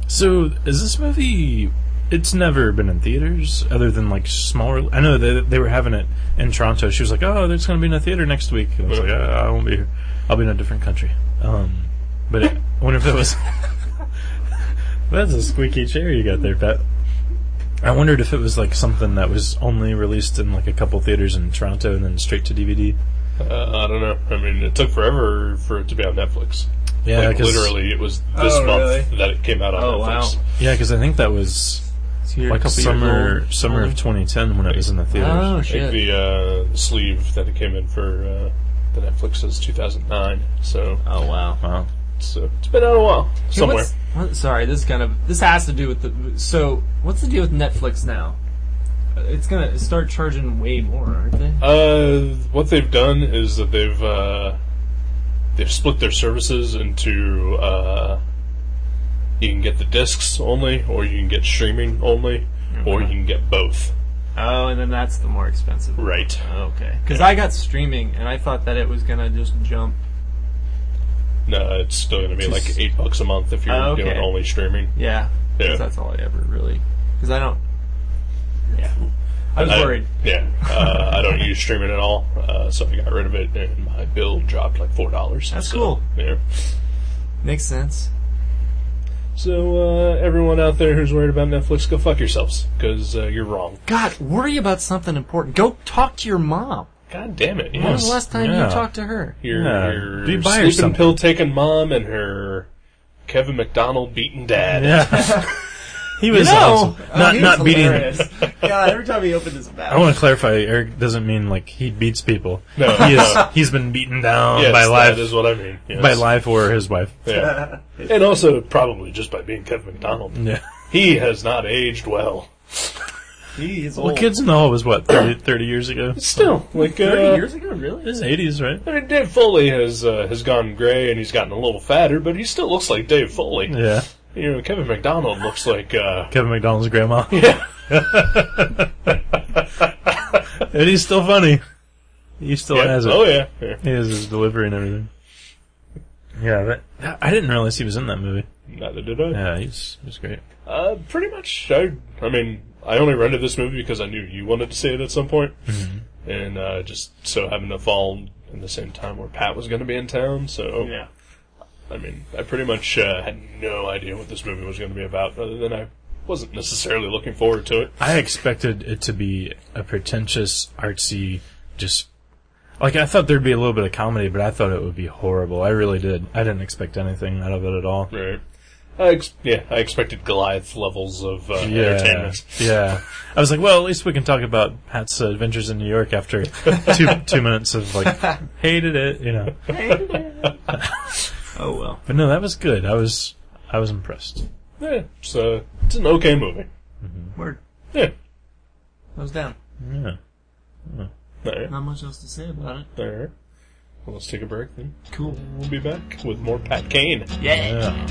So is this movie? It's never been in theaters other than like smaller. I know they they were having it in Toronto. She was like, "Oh, there's going to be no theater next week." And I was like, "Ah, "I won't be here. I'll be in a different country." Um, but it, I wonder if that was. That's a squeaky chair you got there, Pat. I wondered if it was like something that was only released in like a couple theaters in Toronto and then straight to DVD.
Uh, I don't know. I mean, it took forever for it to be on Netflix.
Yeah,
like,
'cause-
literally, it was this
Oh,
month that it came out on
Oh,
Netflix.
wow.
Yeah, because I think that was
It's here
like
a couple years
summer
old.
summer of 2010 when it was in the theaters.
Oh
Like
shit!
the uh, sleeve that it came in for uh, the Netflix is 2009, so
Oh wow.
Wow.
it's, uh, it's been out a while
Hey,
somewhere.
what's- what- sorry, this is kind of this has to do with the. So, what's the deal with Netflix now? Uh, It's gonna start charging way more, aren't they?
Uh, what they've done is that they've uh, they've split their services into uh, you can get the discs only, or you can get streaming only, or you can get both.
Oh, and then that's the more expensive. one.
Right.
Okay. Because I got streaming, and I thought that it was gonna just jump.
No, it's still going to be like
Just-
eight bucks a month if you're
Oh, okay.
doing only streaming. Yeah.
Yeah. Because that's all I ever really. Because I don't. Yeah. I was
I-
worried.
yeah, uh, I don't use streaming at all, uh, so I got rid of it, and my bill dropped like four dollars.
That's cool.
Yeah.
Makes sense.
So uh, everyone out there who's worried about Netflix, go fuck yourselves, because uh, you're wrong.
God, worry about something important. Go talk to your mom.
God damn it!
When
Yes.
was the last time
Yeah.
you talked to her?
Your,
Yeah,
your
be by or
sleeping
something.
pill taking mom and her Kevin McDonald beaten dad.
Yeah. he was
No,
awesome. Not not beating.
beating. God, every time he opened his mouth.
I want to clarify. Eric doesn't mean like he beats people.
No,
he is.
no.
He's been beaten down
Yes,
by life.
that is what I mean. Yes.
by life or his wife.
Yeah. and also probably just by being Kevin McDonald.
Yeah.
He has not aged well.
He is
Well, Kids in the Hall was what 30, 30 years ago.
Still, like uh,
ago, really?
It's eighties, right?
I mean, Dave Foley has uh, has gone gray and he's gotten a little fatter, but he still looks like Dave Foley.
Yeah.
You know, Kevin McDonald looks like uh,
Kevin McDonald's grandma. Yeah. and he's still funny. He still
yeah,
has it.
oh yeah, yeah.
He has his delivery and everything. Yeah, that, I didn't realize he was in that movie.
Neither did I.
Yeah, he's he's great.
Uh, pretty much. I, I mean, I only rented this movie because I knew you wanted to see it at some point,
Mm-hmm.
and uh, just so having to fall in the same time where Pat was going to be in town. So
Yeah.
I mean, I pretty much uh, had no idea what this movie was going to be about, other than I wasn't necessarily looking forward to it.
I expected it to be a pretentious, artsy, just like I thought there'd be a little bit of comedy, but I thought it would be horrible. I really did. I didn't expect anything out of it at all.
Right. I ex- yeah, I expected Goliath levels of uh, entertainment.
Yeah. I was like, well, at least we can talk about Pat's uh, adventures in New York after two two minutes of like hated it, you know.
Oh well.
But no, that was good. I was I was impressed.
Yeah, it's, uh, it's an okay movie.
Word.
Yeah.
Goes down.
Yeah.
Alright.
Not much else to say about it.
Alright. Well, let's take a break then.
Cool.
We'll be back with more Pat Kane.
Yeah.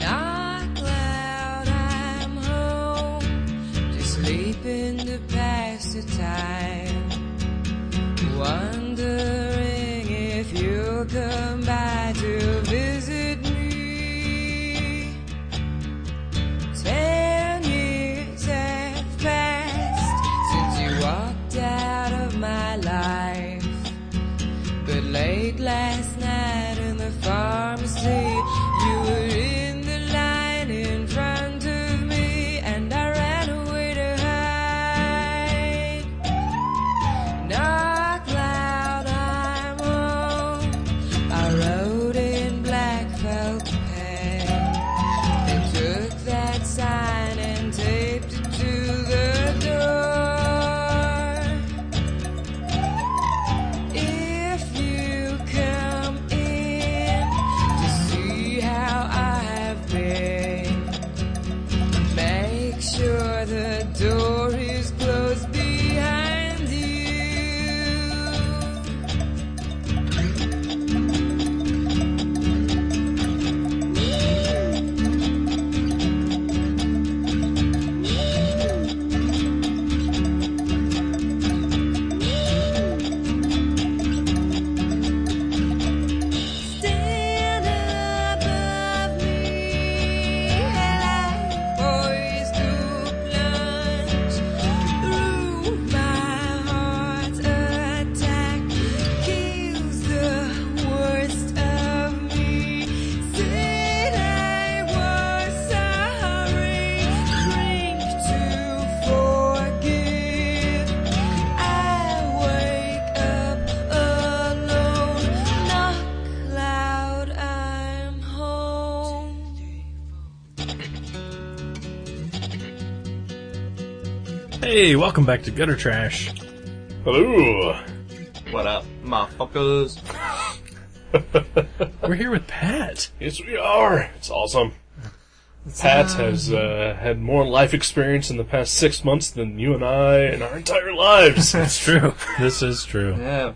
I time. Wondering if you'll come by to visit me. Ten years have passed since you walked out of my life. But late last night in the pharmacy, you were in the line in front of me, and I ran away to hide. Dark cloud I'm on. I wrote in black felt pen. They took that sign and taped it to the door. If you come in to see how I have been, make sure the door is closed behind you. Stand above me, like boys do plunge through my heart's attack, kills the worst of me. Said I was sorry, drink to forgive. I wake up alone, not loud. I'm home.
Hey, welcome back to Gutter Trash.
Hello.
What up, motherfuckers?
We're here with Pat.
Yes, we are. It's awesome. Pat has uh, had more life experience in the past six months than you and I in our entire lives.
That's true. this is true.
Yeah.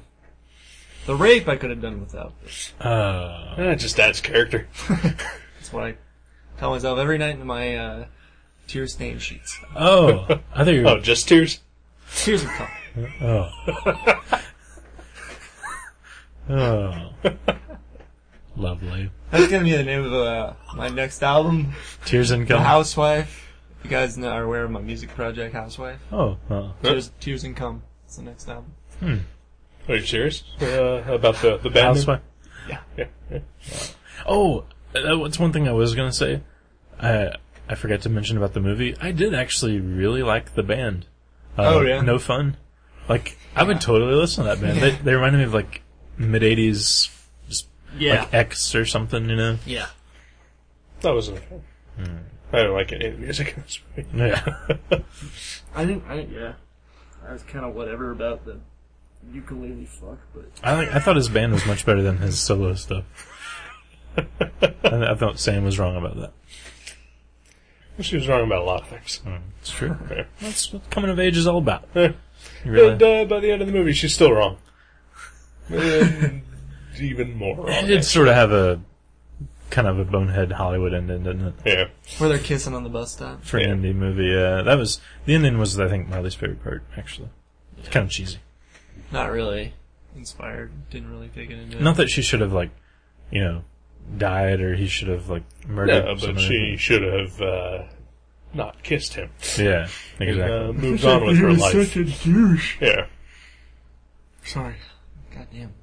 The rape I could have done without.
Uh,
Eh, just adds character.
That's what I tell myself every night in my uh, tear stained sheets.
oh, I thought you
Oh,
were.
just tears.
Tears of color.
Oh. oh. Lovely.
That's gonna be the name of uh, my next album,
Tears
The
Income.
Housewife. You guys know, are aware of my music project, Housewife.
Oh, oh.
Tears, Tears and Come. It's the next album.
Are you serious? Uh, about the the band?
Housewife.
Yeah.
Yeah, yeah.
Oh, that- that's one thing I was gonna say. I I forgot to mention about the movie. I did actually really like the band. Uh,
Oh, yeah?
No fun. Like I would totally listen to that band. They they reminded me of like mid '80s, just like eh. X or something. You know.
yeah.
That was okay. I don't like any of the music.
Yeah.
I think, I, yeah. I was kind of whatever about the ukulele fuck, but.
I think I thought his band was much better than his solo stuff. I, I thought Sam was wrong about that.
she was wrong about a lot of things.
It's true.
Yeah.
That's what coming of age is all about.
Eh.
You
And
really,
uh, by the end of the movie, she's still wrong. And even more wrong.
it did sort of have a kind of a bonehead Hollywood ending, didn't it?
Yeah.
Where they're kissing on the bus stop.
For an indie movie, uh, that was the ending was I think my least favorite part. Actually, it's kind of cheesy.
Not really inspired. Didn't really take it into
Not that she should have like, you know, died or he should have like murdered.
No, but
someone.
she should have uh, not kissed him.
Yeah,
And, uh,
exactly.
moves on with her life.
a douche.
Yeah.
Sorry. Goddamn.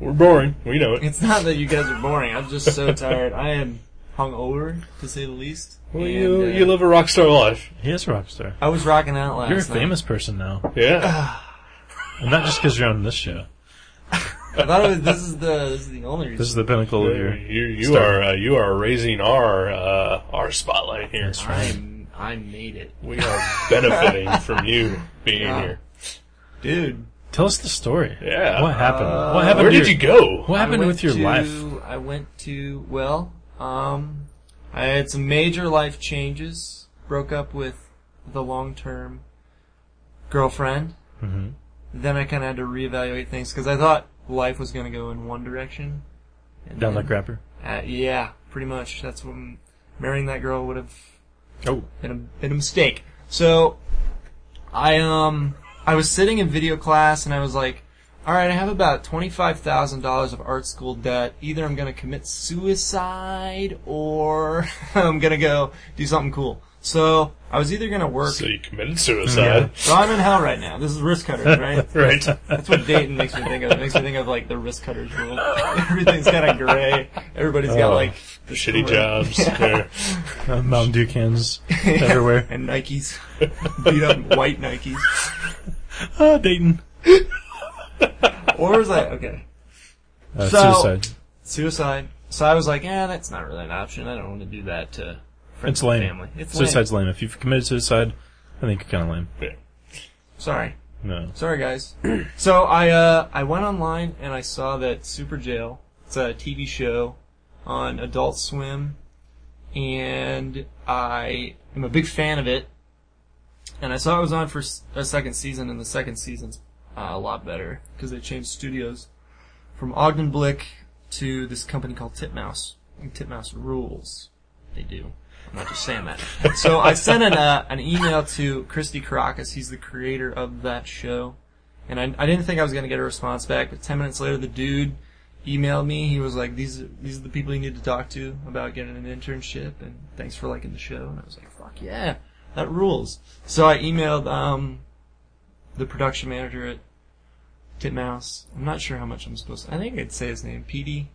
We're boring. We know it.
It's not that you guys are boring. I'm just so tired. I am hungover, to say the least.
Well,
And,
you,
uh,
you live a rock star life.
He is a rock star.
I was rocking out last
You're a
night.
famous person now,
Yeah.
Ah. and not just because you're on this show.
I thought it was, this is the this is the only reason.
This is the pinnacle of your.
Uh, you you
Star.
are uh, you are raising our uh, our spotlight here.
That's right.
I'm I made it,
We are benefiting from you being
Ah.
Yeah.
here.
dude.
Tell us the story.
Yeah.
What happened?
Uh,
what happened?
Where
to
did
your-
you go?
What happened
I went
with your
to-
life?
I went to well, um, I had some major life changes. Broke up with the long term girlfriend.
hmm
Then I kind of had to reevaluate things because I thought life was going to go in one direction. And
Down
then-
like rapper.
Uh, yeah, pretty much. That's when marrying that girl would have
Oh,
been a, been a mistake. So, I um, I was sitting in video class and I was like, all right, I have about $25,000 of art school debt. Either I'm going to commit suicide or I'm going to go do something cool. So I was either going to work.
So you committed suicide.
So I'm in hell right now. This is risk cutters, right?
Right.
That's what Dayton makes me think of. It makes me think of like the risk cutters rule. Everything's kind of gray. Everybody's got
Oh,
like the
Shitty
screw-
jobs. Yeah.
Uh, Mountain Dew cans everywhere.
and Nikes, beat up white Nikes.
Ah, Dayton.
Or was that okay?
Uh,
So-
suicide.
Suicide. So I was like, yeah, that's not really an option. I don't want to do that to friends
It's
and
lame.
family. It's lame.
Suicide's lame. If you've committed suicide, I think you're kind of lame.
Yeah.
Sorry.
No.
Sorry, guys. so I uh, I went online and I saw that Super Jail. It's a TV show on Adult Swim, and I am a big fan of it. And I saw it was on for s- a second season, and the second season's uh, a lot better because they changed studios from Ogden Blick to this company called Titmouse. And Titmouse rules. They do. I'm not just saying that. so I sent an uh, an email to Christy Caracas. He's the creator of that show, and I, I didn't think I was gonna get a response back. But ten minutes later, the dude emailed me. He was like, "These these are the people you need to talk to about getting an internship, and thanks for liking the show." And I was like, "Fuck yeah, that rules." So I emailed um the production manager at Titmouse. I'm not sure how much I'm supposed to. I think I'd say his name, PD.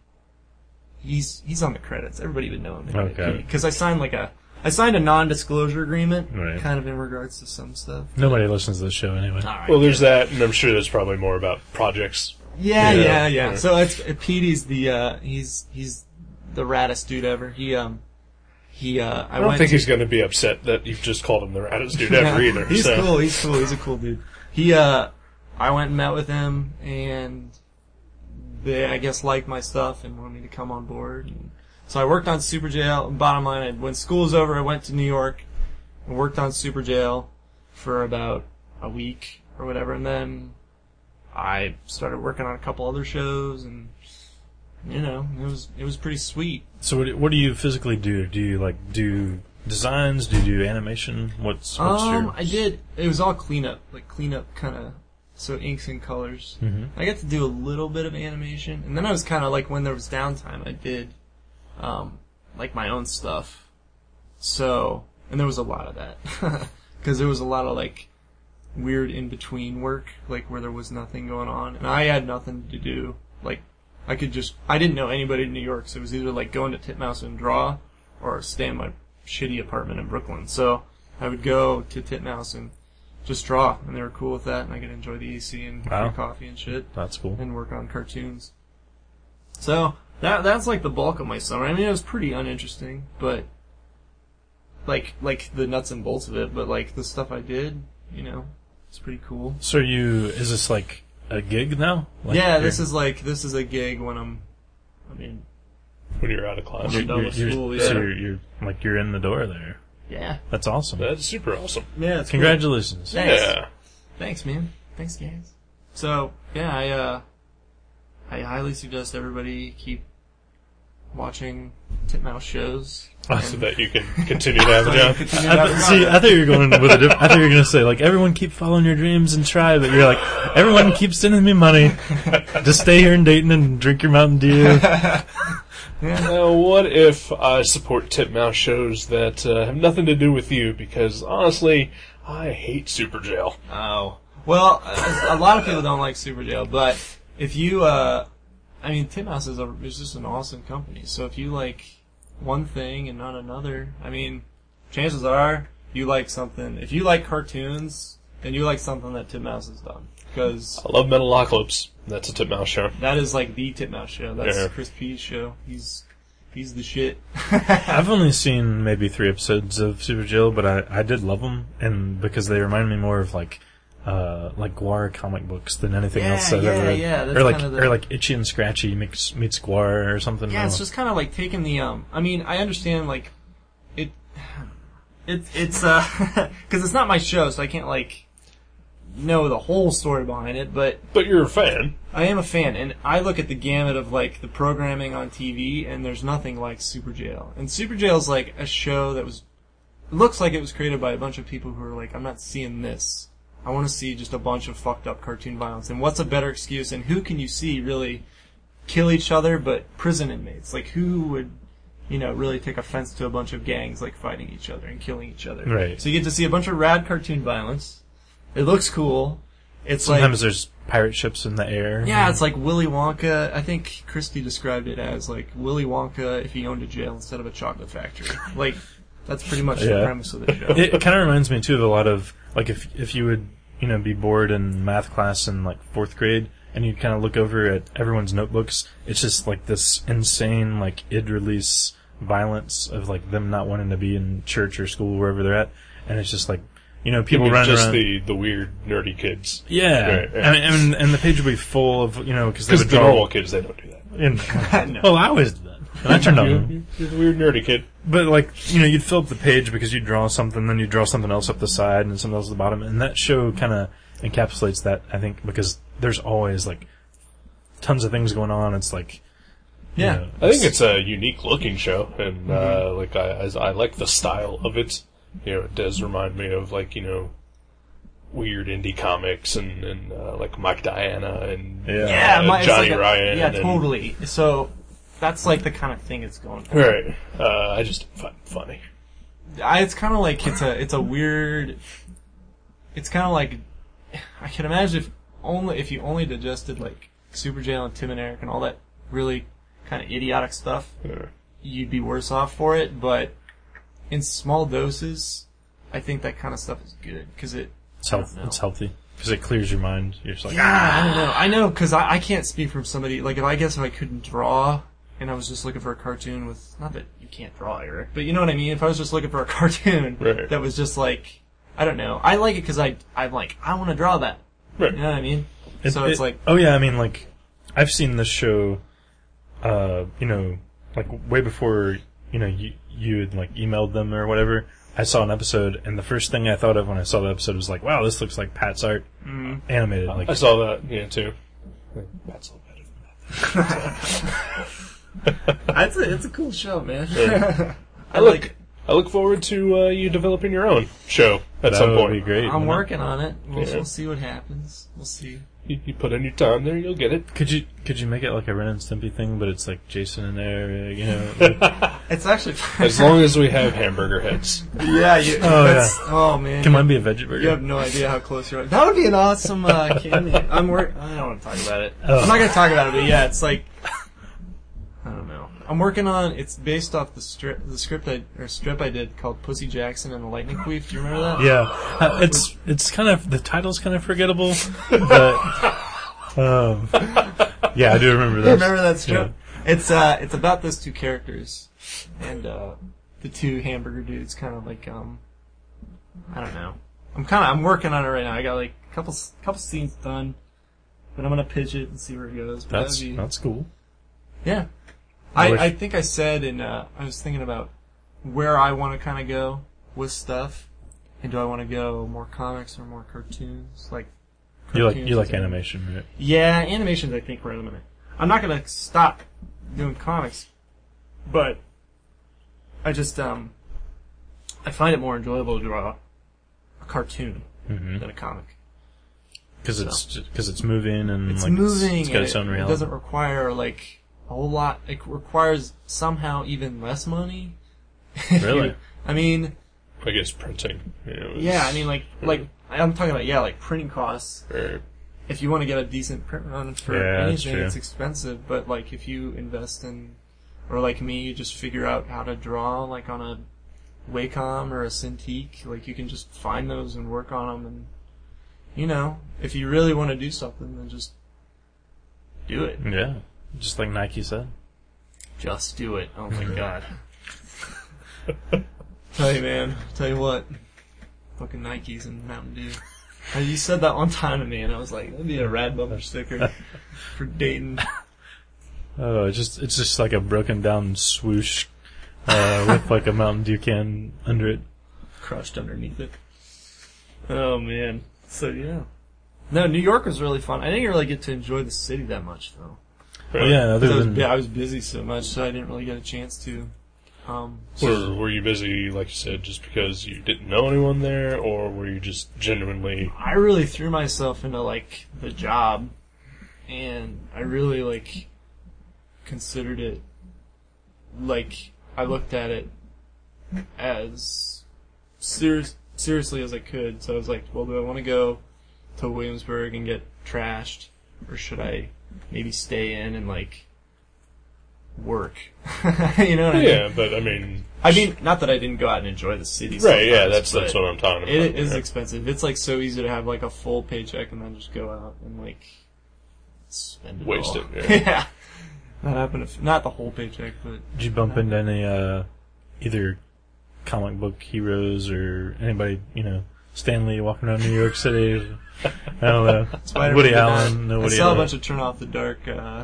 He's he's on the credits. Everybody would know him.
Okay.
Because I signed like a I signed a non-disclosure agreement,
Right.
kind of in regards to some stuff.
Nobody listens to this show anyway.
Well, there's that, and I'm sure there's probably more about projects.
yeah,
Yeah.
yeah, yeah, So it's uh, Petey's the uh, he's he's the raddest dude ever. He um he uh I,
I don't
went
think
to,
he's going to be upset that you've just called him the raddest dude ever either.
He's
so.
cool. He's cool. He's a cool dude. He uh I went and met with him and they I guess liked my stuff and wanted me to come on board. And so I worked on Super Jail. Bottom line, I, when school was over, I went to New York and worked on Super Jail for about a week or whatever, and then I started working on a couple other shows, and you know, it was it was pretty sweet.
So what, do- what do you physically do? Do you like do designs? Do you do animation? What's what's
Um,
your
I did. It was all cleanup, like cleanup kind of. So inks and colors. I got to do a little bit of animation, and then I was kind of like when there was downtime, I did, um, like my own stuff. So, and there was a lot of that because there was a lot of like weird in between work, like where there was nothing going on, and I had nothing to do. Like, I could just I didn't know anybody in New York, so it was either like going to Titmouse and draw, or stay in my shitty apartment in Brooklyn. So I would go to Titmouse and just draw, and they were cool with that, and I could enjoy the AC and free
Wow.
coffee and shit,
that's cool.
and work on cartoons. So that that's like the bulk of my summer. I mean, it was pretty uninteresting, but like like the nuts and bolts of it, but like the stuff I did, you know, it's pretty cool.
So you is this like a gig now? Like
yeah, this is like this is a gig when I'm. I mean,
When you're out of class.
You're-
you're, you're,
School,
so
yeah.
you're, you're like you're in the door there.
yeah,
That's awesome.
That's super awesome.
yeah. It's cool.
Congratulations.
Thanks.
Yeah.
Thanks, man. Thanks, guys. So yeah, I uh, I highly suggest everybody keep watching Titmouse shows.
So that you can continue to have a job.
Continue to have
I th-
fun.
see, I thought you were going with a different. I thought you were going to say like everyone keep following your dreams and try, but you're like everyone keep sending me money. Just stay here in Dayton and drink your Mountain Dew.
Now, what if I support Titmouse shows that uh, have nothing to do with you? Because honestly, I hate Super Jail.
Oh. Well, a a lot of people don't like Super Jail, but if you, uh, I mean, Timhouse is, a, is just an awesome company. So if you like one thing and not another, I mean, chances are you like something. If you like cartoons, then you like something that Timhouse has done. Because
I love Metalocalypse. That's a Titmouse show.
that is like the Titmouse show. That's
Yeah.
Chris P's show. He's, he's the shit.
I've only seen maybe three episodes of Super Jill, but I, I did love them, and because they remind me more of like uh, like Guar comic books than anything
Yeah,
else I've
yeah,
ever read,
yeah, that's
or like
kinda the-
or like Itchy and Scratchy mix, meets Guar or something. I
Yeah, it's
don't
just kind of like taking the um. I mean, I understand like it. It's it's uh because it's not my show, so I can't like know the whole story behind it. But
But you're a fan.
I am a fan, and I look at the gamut of like the programming on TV, and there's nothing like Super Jail. And Super Jail is like a show that was it looks like it was created by a bunch of people who are like, I'm not seeing this. I want to see just a bunch of fucked up cartoon violence. And what's a better excuse? And who can you see really kill each other but prison inmates? Like who would you know really take offense to a bunch of gangs like fighting each other and killing each other?
Right.
So you get to see a bunch of rad cartoon violence. It looks cool. It's like
Sometimes there's pirate ships in the air.
yeah, it's like Willy Wonka. I think Christie described it as like Willy Wonka if he owned a jail instead of a chocolate factory. Like that's pretty much the
Yeah.
premise of the show.
It kind of reminds me too of a lot of like if if you would you know be bored in math class in like fourth grade and you kind of look over at everyone's notebooks, it's just like this insane like id release violence of like them not wanting to be in church or school wherever they're at, and it's just like you know people
People
running
just
around.
the the weird nerdy kids.
yeah,
Right, yeah.
I mean, and, and the page would be full of you know because they
Because
would
the
draw.
normal kids they don't do that.
in-
No.
Well, I always did that, and I turned on them.
You- You're the weird nerdy kid.
But like you know, you'd fill up the page because you'd draw something, then you'd draw something else up the side and something else at the bottom, and that show kind of encapsulates that I think because there's always like tons of things going on. It's like you
Yeah.
know,
I think it's a unique looking show, and uh,
Mm-hmm.
like I, I, I like the style of it. You know, it does remind me of like you know weird indie comics and and uh, like Mike Diana and
Yeah.
uh,
yeah, my, it's
Johnny
like a-
Ryan.
Yeah,
and-
totally. So that's like the kind of thing it's going for.
Right. Uh, I just find it funny.
I, it's kind of like it's a it's a weird. It's kind of like I can imagine if only if you only digested like Super Jail and Tim and Eric and all that really kind of idiotic stuff,
Uh,
you'd be worse off for it. But in small doses, I think that kind of stuff is good because it
it's, health,
I don't know.
it's healthy because it clears your mind. You're just like
Yeah, I don't know. I know because I, I can't speak from somebody like if I guess if I couldn't draw and I was just looking for a cartoon with not that you can't draw Eric, but you know what I mean. If I was just looking for a cartoon
Right.
that was just like I don't know, I like it because I I'm like I want to draw that.
Right.
You know what I mean?
It-
so it's
it-
like
oh yeah, I mean, like, I've seen this show, uh, you know, like way before, you know, you you had like emailed them or whatever. I saw an episode, and the first thing I thought of when I saw the episode was like, "Wow, this looks like Pat's art
Mm-hmm.
animated." Like,
I saw that. Yeah, too. That's a little better than that.
it's a it's a cool show, man. I
I look.
like.
I look forward to uh, you developing your own show at
that
some
would
point.
be great.
I'm
wouldn't it?
working on it. We'll,
Yeah.
we'll see what happens. We'll see.
You, you put in your time there, you'll get it.
Could you could you make it like a Ren and Stimpy thing, but it's like Jason and Eric, you know? like-
It's actually
As long as we have hamburger heads.
yeah. You,
Oh,
that's, oh man.
can mine be a veggie burger?
You have no idea how close you're. That would be an awesome uh, candy. I'm work. I don't want to talk about it.
Oh.
I'm not gonna talk about it. But yeah, it's like I don't know. I'm working on. It's based off the strip, the script I or strip I did called Pussy Jackson and the Lightning Queef. Do you remember that?
Yeah, uh, it's it's kind of the title's kind of forgettable, but um, yeah, I do remember that.
You remember that strip? It's uh, it's about those two characters, and uh, the two hamburger dudes kind of like um, I don't know. I'm kind of I'm working on it right now. I got like a couple s- couple scenes done, but I'm gonna pitch it and see where it goes. But
That's
that'd be-
that's cool.
Yeah.
I
I,
wish-
I think I said in uh, I was thinking about where I want to kind of go with stuff, and do I want to go more comics or more cartoons? Like
You like
cartoons
you
is
like
good.
animation, right?
yeah, animations I think were in a minute. I'm not gonna stop doing comics, but I just um I find it more enjoyable to draw a cartoon
Mm-hmm.
than a comic.
Because it's because it's moving and
it's
like
moving.
it's got
and
its
it-
own
It
reality.
doesn't require like a whole lot. It requires somehow even less money.
Really?
I mean,
I guess printing. You know, is-
yeah. I mean, like, like I'm talking about yeah, like printing costs.
or-
If you want to get a decent print run for
Yeah, that's
anything,
true.
it's expensive. But like, if you invest in, or like me, you just figure out how to draw like on a Wacom or a Cintiq. Like, you can just find those and work on them. And you know, if you really want to do something, then just do it.
Yeah, just like Nike said.
Just do it. Oh my god. tell you man, tell you what. Fucking Nikes and Mountain Dew. Uh, You said that one time to me and I was like, that'd be a rad bumper sticker for Dayton.
Oh, it's just it's just like a broken down swoosh uh, with like a Mountain Dew can under it.
Crushed underneath it. Oh man. So yeah. No, New York was really fun. I didn't really get to enjoy the city that much though.
yeah, other
'Cause I
than
was, bu- I was busy so much, so I didn't really get a chance to. Um,
Were, were you busy, like you said, just because you didn't know anyone there, or were you just genuinely
I really threw myself into like the job, and I really like considered it like I looked at it as serious seriously as I could. So I was like, well, do I want to go to Williamsburg and get trashed, or should I maybe stay in and like work? you know what I mean?
Yeah, but I mean,
I mean, not that I didn't go out and enjoy the city.
right? Yeah,
sometimes,
that's that's
but-
what I'm talking about.
it is
yeah.
expensive. It's like so easy to have like a full paycheck and then just go out and like spend it
Waste
all.
it, yeah.
That happened. if- Not the whole paycheck, but
Did you bump into any uh, either comic book heroes or anybody you know? Stanley walking around New York City. I don't know.
Spider-Man
Woody
did that.
Allen. No
I
Woody
saw a
Allen.
bunch of turn off the dark, uh,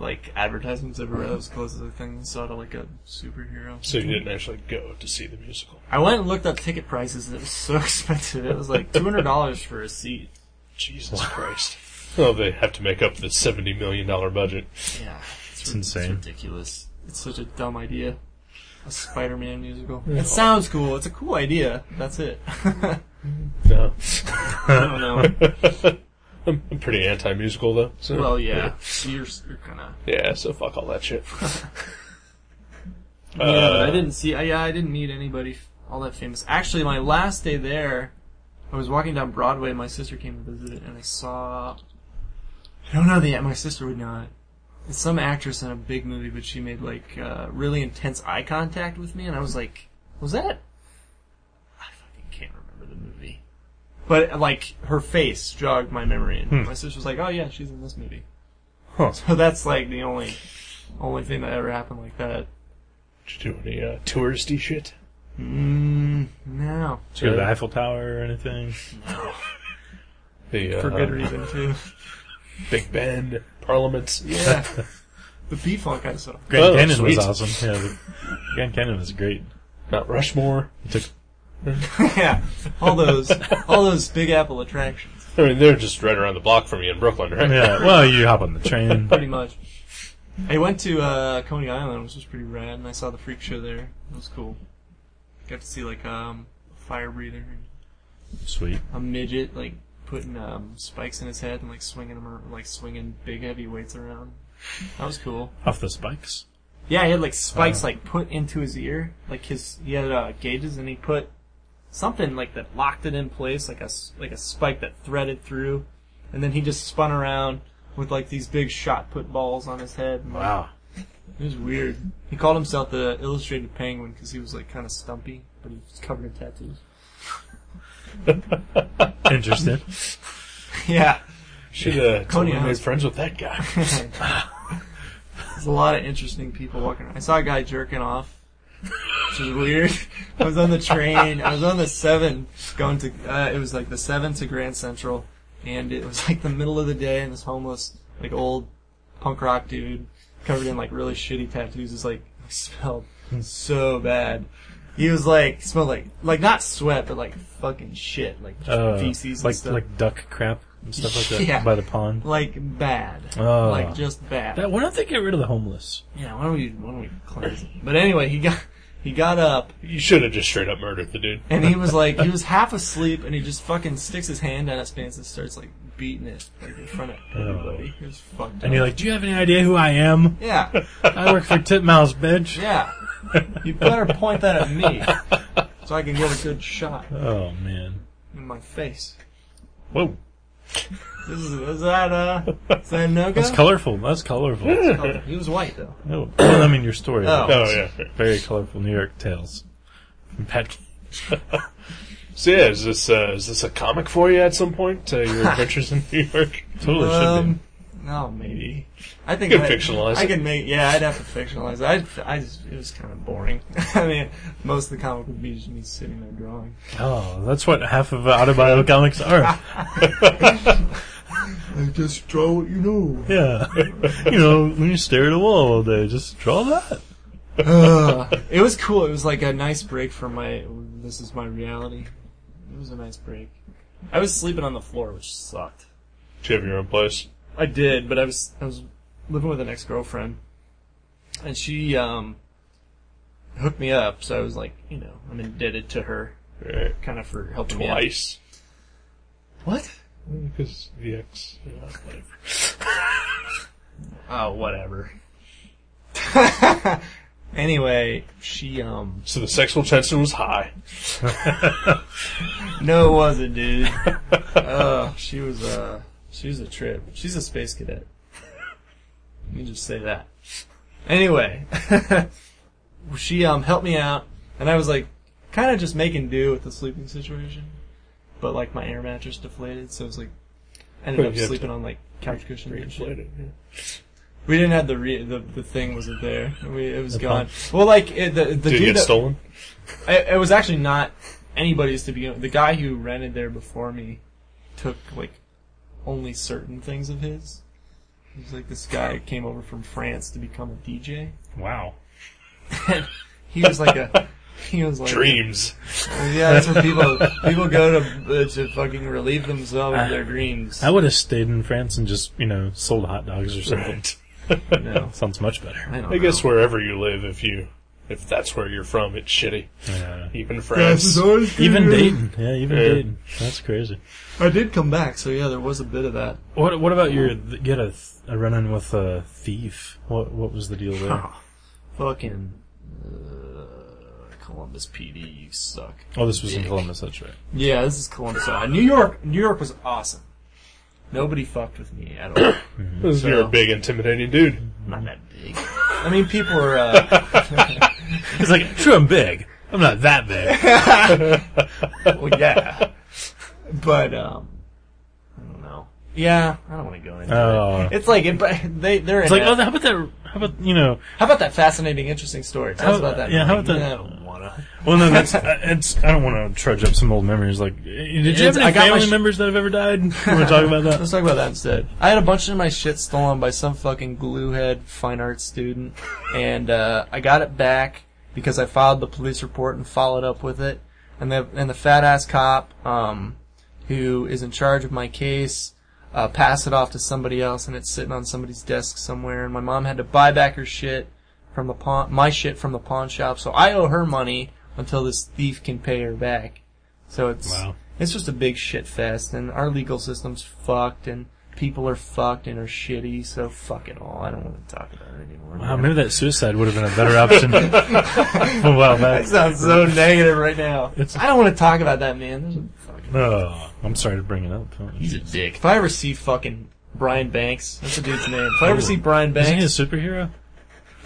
like advertisements everywhere. That was the closest thing I saw to like a superhero.
so you didn't actually go to see the musical.
I went and looked up ticket prices. and It was so expensive. It was like two hundred dollars for a seat.
Jesus Christ! Oh, they have to make up the seventy million dollar budget.
Yeah, it's,
It's insane.
It's ridiculous. It's such a dumb idea. A Spider-Man musical. It sounds cool. It's a cool idea. That's it. I
No,
don't know.
I'm, I'm pretty anti-musical though. So,
Well, yeah, you're you're kind of.
yeah. So fuck all that shit.
Yeah, but I didn't see. I, yeah, I didn't meet anybody f- all that famous. Actually, my last day there, I was walking down Broadway. My sister came to visit, and I saw. I don't know the. My sister would know it. It's some actress in a big movie, but she made like uh, really intense eye contact with me, and I was like, "Was that?" I fucking can't remember the movie, but like her face jogged my memory, and my sister was like, "Oh yeah, she's in this movie."
Huh.
So that's like the only, only thing that ever happened like that.
Did you do any uh, touristy shit?
Mm, no.
Did you go to the Eiffel Tower or anything?
The uh,
For good reason, too.
Big Bend, Parliament.
Yeah. the beef funk I saw.
Grand
Oh,
Canyon was
sweet.
awesome. Yeah, the Grand Canyon was great.
Mount Rushmore.
It took
yeah. All those, all those Big Apple attractions,
I mean, they're just right around the block from you in Brooklyn, right?
yeah. Well, you hop on the train.
pretty much. I went to uh, Coney Island, which was pretty rad, and I saw the freak show there. It was cool. Got to see like um, a fire breather, and
Sweet.
a midget like putting um, spikes in his head and like swinging him, ar- like swinging big heavy weights around. That was cool.
Off the spikes.
Yeah, he had like spikes like put into his ear, like his he had uh, gauges, and he put something like that locked it in place, like a s- like a spike that threaded through, and then he just spun around with like these big shot put balls on his head. and, like, it was weird. He called himself the Illustrated Penguin because he was like kind of stumpy, but he was covered in tattoos.
Interesting.
yeah,
Should have
Coney
uh, totally made
Island.
friends with that guy.
there's a lot of interesting people walking around. I saw a guy jerking off, which is weird. I was on the train. I was on the seven going to. Uh, it was like the seven to Grand Central, and it was like the middle of the day, and this homeless, like old punk rock dude covered in like really shitty tattoos is like smelled so bad. He was like smelled like like not sweat, but like fucking shit, like
Uh,
feces and
like
stuff.
like duck crap and stuff like that
Yeah.
by the pond.
Like bad,
Oh.
like just bad.
That, why don't they get rid of the homeless?
Yeah, why don't we why don't we cleanse it? But anyway, he got he got up
You should have just straight up murdered the dude.
and he was like he was half asleep and he just fucking sticks his hand down his pants and starts like beating it like in front of everybody. He was fucked up.
Oh. And you're like, do you have any idea who I am?
Yeah,
I work for Titmouse, bitch.
yeah. You better point that at me so I can get a good shot
Oh man.
in my face.
Whoa.
This is, is that uh is that no go?
That's colorful. That's colorful.
Oh, he was white though.
oh, I mean your story.
Oh.
Oh yeah.
Very colorful New York tales. Pat,
So yeah, is this uh, is this a comic for you at some point? Uh, your adventures in New York?
totally should
Um,
be.
no, maybe. I think
You can
I,
fictionalize
I
it.
can make. Yeah, I'd have to fictionalize it. I, I just, it was kind of boring. I mean, most of the comic would be just me sitting there drawing.
Oh, that's what half of autobiographical comics are.
I just draw what you know.
Yeah. you know, when you stare at a wall all day, just draw that.
it was cool. It was like a nice break from my. This is my reality. It was a nice break. I was sleeping on the floor, which sucked.
Do you have your own place?
I did, but I was I was living with an ex girlfriend, and she um hooked me up, so I was like, you know, I'm indebted to her,
Right.
kind of for helping me out.
Twice.
What?
Because the X. you know, whatever.
Oh, whatever. anyway, she um,
So the sexual tension was high.
no, it wasn't, dude. Uh, she was uh, she was a trip. She's a space cadet. Let me just say that. Anyway, she um helped me out, and I was like, kind of just making do with the sleeping situation, but like my air mattress deflated, so it was like, ended
But
up
you have
sleeping
to
on like couch cushions and shit.
Inflated, yeah.
We didn't have the re- the the thing wasn't there. We, it was
The
gone.
pump.
Well, like it, the the
Did it
dude
get
that-
stolen?
it, it was actually not anybody's to begin. The guy who rented there before me took like only certain things of his. He was like this guy who came over from France to become a DJ.
Wow.
He was like a he was like
Dreams.
Yeah, that's what people people go to uh, to fucking relieve themselves of their dreams.
I would have stayed in France and just, you know, sold hot dogs or something.
Right.
No,
Sounds much better.
I don't
I guess
know.
wherever you live, if you, if that's where you're from, it's shitty.
Yeah.
Even France.
Even Dayton. Yeah, even
Yeah.
Dayton. That's crazy.
I did come back, so yeah, there was a bit of that.
What What about your th- get a, th- a run in with a thief? What What was the deal there?
Fucking uh, Columbus PD, you suck.
Oh, this was in Columbus. That's right.
Yeah, this is Columbus. Uh, New York, New York was awesome. Nobody fucked with me at all.
Because You're a big, intimidating dude.
not that big. I mean, people are. Uh,
He's like, sure, I'm big. I'm not that big.
well, yeah, but um, I don't know. Yeah, I don't want to go into
Oh.
it. It's like it, but they they're
It's
in
like, oh,
that-
how about that? How about you know?
how about that fascinating, interesting story? Tell us
How-
about that.
yeah, how about that-
I don't wanna.
Well, no, that's. uh, It's. I don't want to trudge up some old memories. Like, eh, did you
It's-
have
I
any
got my
family
sh-
members that have ever died? Want to talk about that?
Let's talk about that instead. I had a bunch of my shit stolen by some fucking gluehead fine arts student, and uh, I got it back because I filed the police report and followed up with it. And the and the fat ass cop um, who is in charge of my case uh, passed it off to somebody else, and it's sitting on somebody's desk somewhere. And my mom had to buy back her shit from the pawn, my shit from the pawn shop, so I owe her money until this thief can pay her back. So it's
Wow.
it's just a big shit fest, and our legal system's fucked, and people are fucked and are shitty. So fuck it all. I don't want to talk about it anymore.
Wow, maybe that suicide would have been a better option. a while
That
back.
sounds so negative right now.
It's-
I don't want to talk about that man. There's a fucking-
Oh, I'm sorry to bring it up.
He's a dick. If I ever see fucking Brian Banks, that's the dude's name. If I ever see Brian
Isn't he a
Banks,
superhero?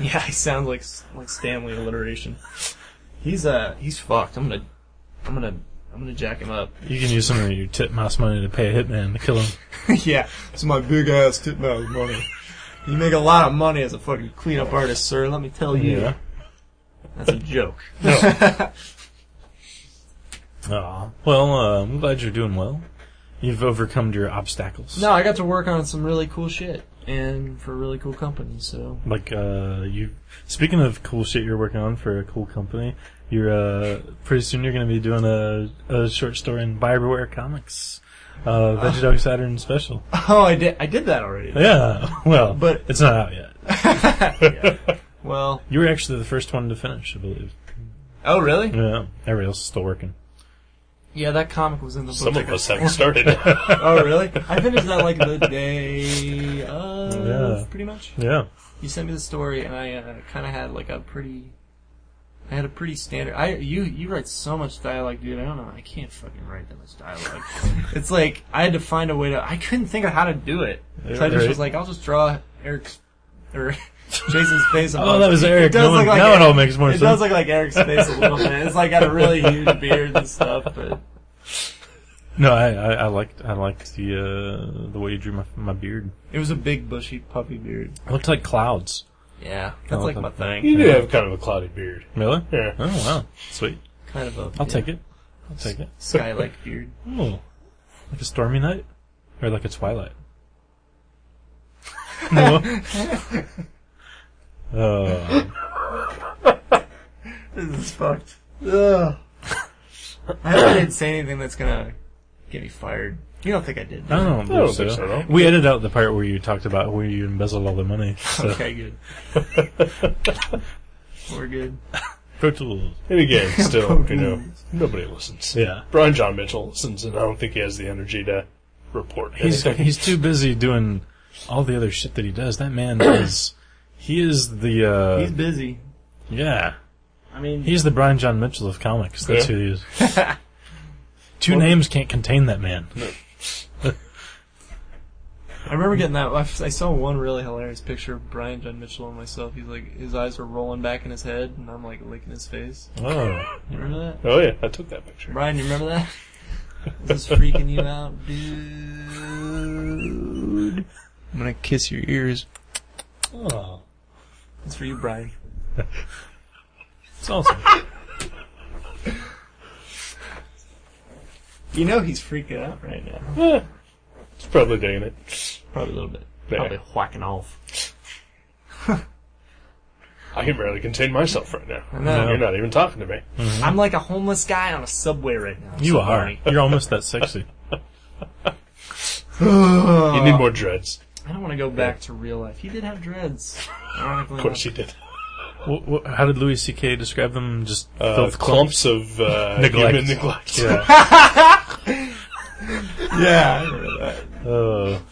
yeah, he sounds like like Stanley alliteration. He's uh, he's fucked. I'm gonna, I'm gonna, I'm gonna jack him up.
You can use some of your tip mouse money to pay a hitman to kill him.
yeah, it's my big ass titmouse money. You make a lot of money as a fucking cleanup artist, sir. Let me tell you, that's a joke.
Aw. Well, uh, I'm glad you're doing well. You've overcome your obstacles.
No, I got to work on some really cool shit and for really cool companies. So
Like, uh, you. Speaking of cool shit you're working on for a cool company, you're, uh, pretty soon you're gonna be doing a, a short story in Bioware Comics. Uh, Veggie Dog Saturn special.
oh, I did, I did that already.
Yeah, well,
But-
it's not out yet.
Well,
You were actually the first one to finish, I believe.
oh really?
Yeah, everybody else is still working.
Yeah, that comic was in the book.
Some of us haven't started.
Oh, really? I finished that like the day of,
Yeah.
pretty much.
Yeah.
You sent me the story, and I uh, kind of had like a pretty, I had a pretty standard. I you you write so much dialogue, dude. I don't know. I can't fucking write that much dialogue. it's like I had to find a way to. I couldn't think of how to do it, so I just
Right.
was like, I'll just draw Eric's or Jason's face. a
Oh,
bunch.
that was Eric.
It does
Now
look
it-
like
now it
Eric-
all makes more
It does
sense.
look like Eric's face a little bit. It's like got a really huge beard and stuff, but.
No, I, I, I liked I liked the uh, the way you drew my my beard.
It was a big bushy puppy beard.
It looked like clouds.
Yeah, that's
Oh,
like
okay.
my thing.
you do have kind of a cloudy beard.
Really?
Yeah.
Oh wow, sweet.
Kind of a
I'll take it. I'll take it.
sky-like beard.
Oh, like a stormy night, or like a twilight. No. Uh,
This is fucked. Ugh. I hope I didn't say anything that's gonna get me fired. You don't think I did? do
I
you?
don't
I don't
believe
think so,
so.
no.
We edited out the part where you talked about where you embezzled all the money. So.
Okay, good. We're good.
Pro Tools.
And again, still, you know,
Tools.
nobody listens.
Yeah.
Brian John Mitchell listens, and I don't think he has the energy to report.
He's
anything.
he's too busy doing all the other shit that he does. That man is he is the uh
He's busy.
yeah.
I mean,
He's the Brian John Mitchell of comics. That's
Yeah.
who he is. Two names can't contain that man.
I remember getting that. I I saw one really hilarious picture of Brian John Mitchell and myself. He's like, his eyes are rolling back in his head, and I'm like licking his face.
Oh.
You remember that?
Oh yeah, I took that picture.
Brian, you remember that? This is freaking you out, dude. I'm gonna kiss your ears.
oh.
It's for you, Brian.
It's awesome.
You know he's freaking out right now.
Eh, it's probably digging it.
Probably a little bit.
Yeah.
Probably whacking off.
I can barely contain myself right now.
know.
You're not even talking to me.
I'm like a homeless guy on a subway right now.
you are. You're almost that sexy.
You need more dreads.
I don't want to go back to real life. He did have dreads. Ironically
Of course
enough.
you did.
Wh- wh- how did Louis C.K. describe them? Just
Uh,
filth clumps.
clumps of uh,
Neglect.
human neglect.
Yeah.
Yeah. I remember that.
Uh,
oh.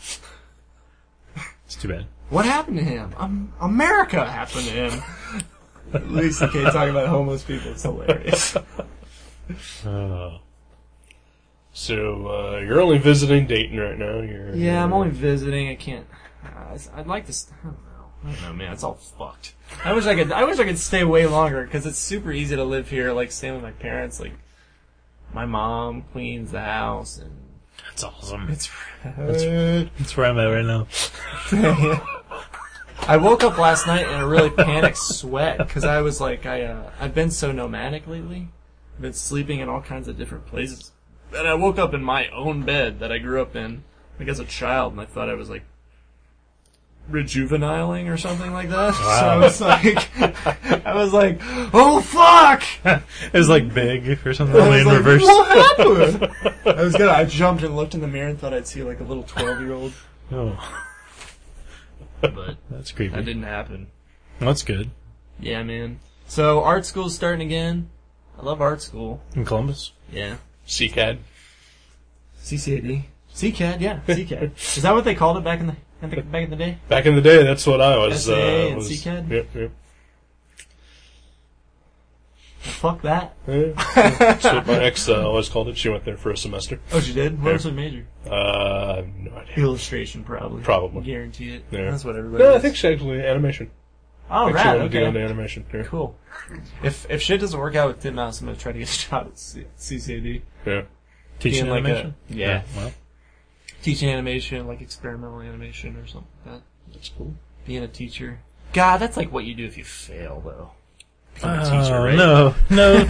It's too bad.
What happened to him? Um, America happened to him. Louis C.K. talking about homeless people. It's hilarious.
Oh.
So uh, you're only visiting Dayton right now. You're
Yeah, I'm only visiting. I can't. Uh, I'd like to. St- I don't know. I don't know, man. It's all fucked. I wish I could. I wish I could stay way longer because it's super easy to live here. Like staying with my parents. Like my mom cleans the house and
That's awesome.
it's.
That's where I'm at right now.
I woke up last night in a really panic sweat because I was like, I uh, I've been so nomadic lately. I've been sleeping in all kinds of different places, and I woke up in my own bed that I grew up in, like as a child, and I thought I was like rejuveniling or something like that. So I was like, I was like, oh fuck!
It was like big or something.
I
Only
was
in
like,
reverse.
What happened? I was gonna. I jumped and looked in the mirror and thought I'd see like a little twelve year old,
Oh,
but
that's creepy.
that didn't happen.
That's good.
Yeah, man. So art school's starting again. I love art school.
In Columbus?
Yeah.
CCAD.
CCAD. CCAD, yeah. CCAD. Is that what they called it back in the, in the back in the day?
Back in the day, that's what I was.
SA
uh,
and
was-
CCAD?
Yep, yep.
Fuck that.
Yeah, That's what my ex uh, always called it. She went there for a semester.
Oh, she did. What
Yeah.
was her major?
Uh, I have no idea.
Illustration, probably.
Probably.
Guarantee it.
Yeah.
That's what everybody.
No, I
does.
think she actually animation.
Oh,
I think she
right.
wanted to go into
Okay.
animation. Yeah.
Cool. If if shit doesn't work out with Tim Mouse, I'm gonna try to get a job at C- CCAD.
Yeah.
Teaching
Being like
animation?
a- yeah.
Well,
Teaching animation, like experimental animation or something like that.
That's cool.
Being a teacher. God, that's like what you do if you fail, though.
oh,
teacher, right?
no, no.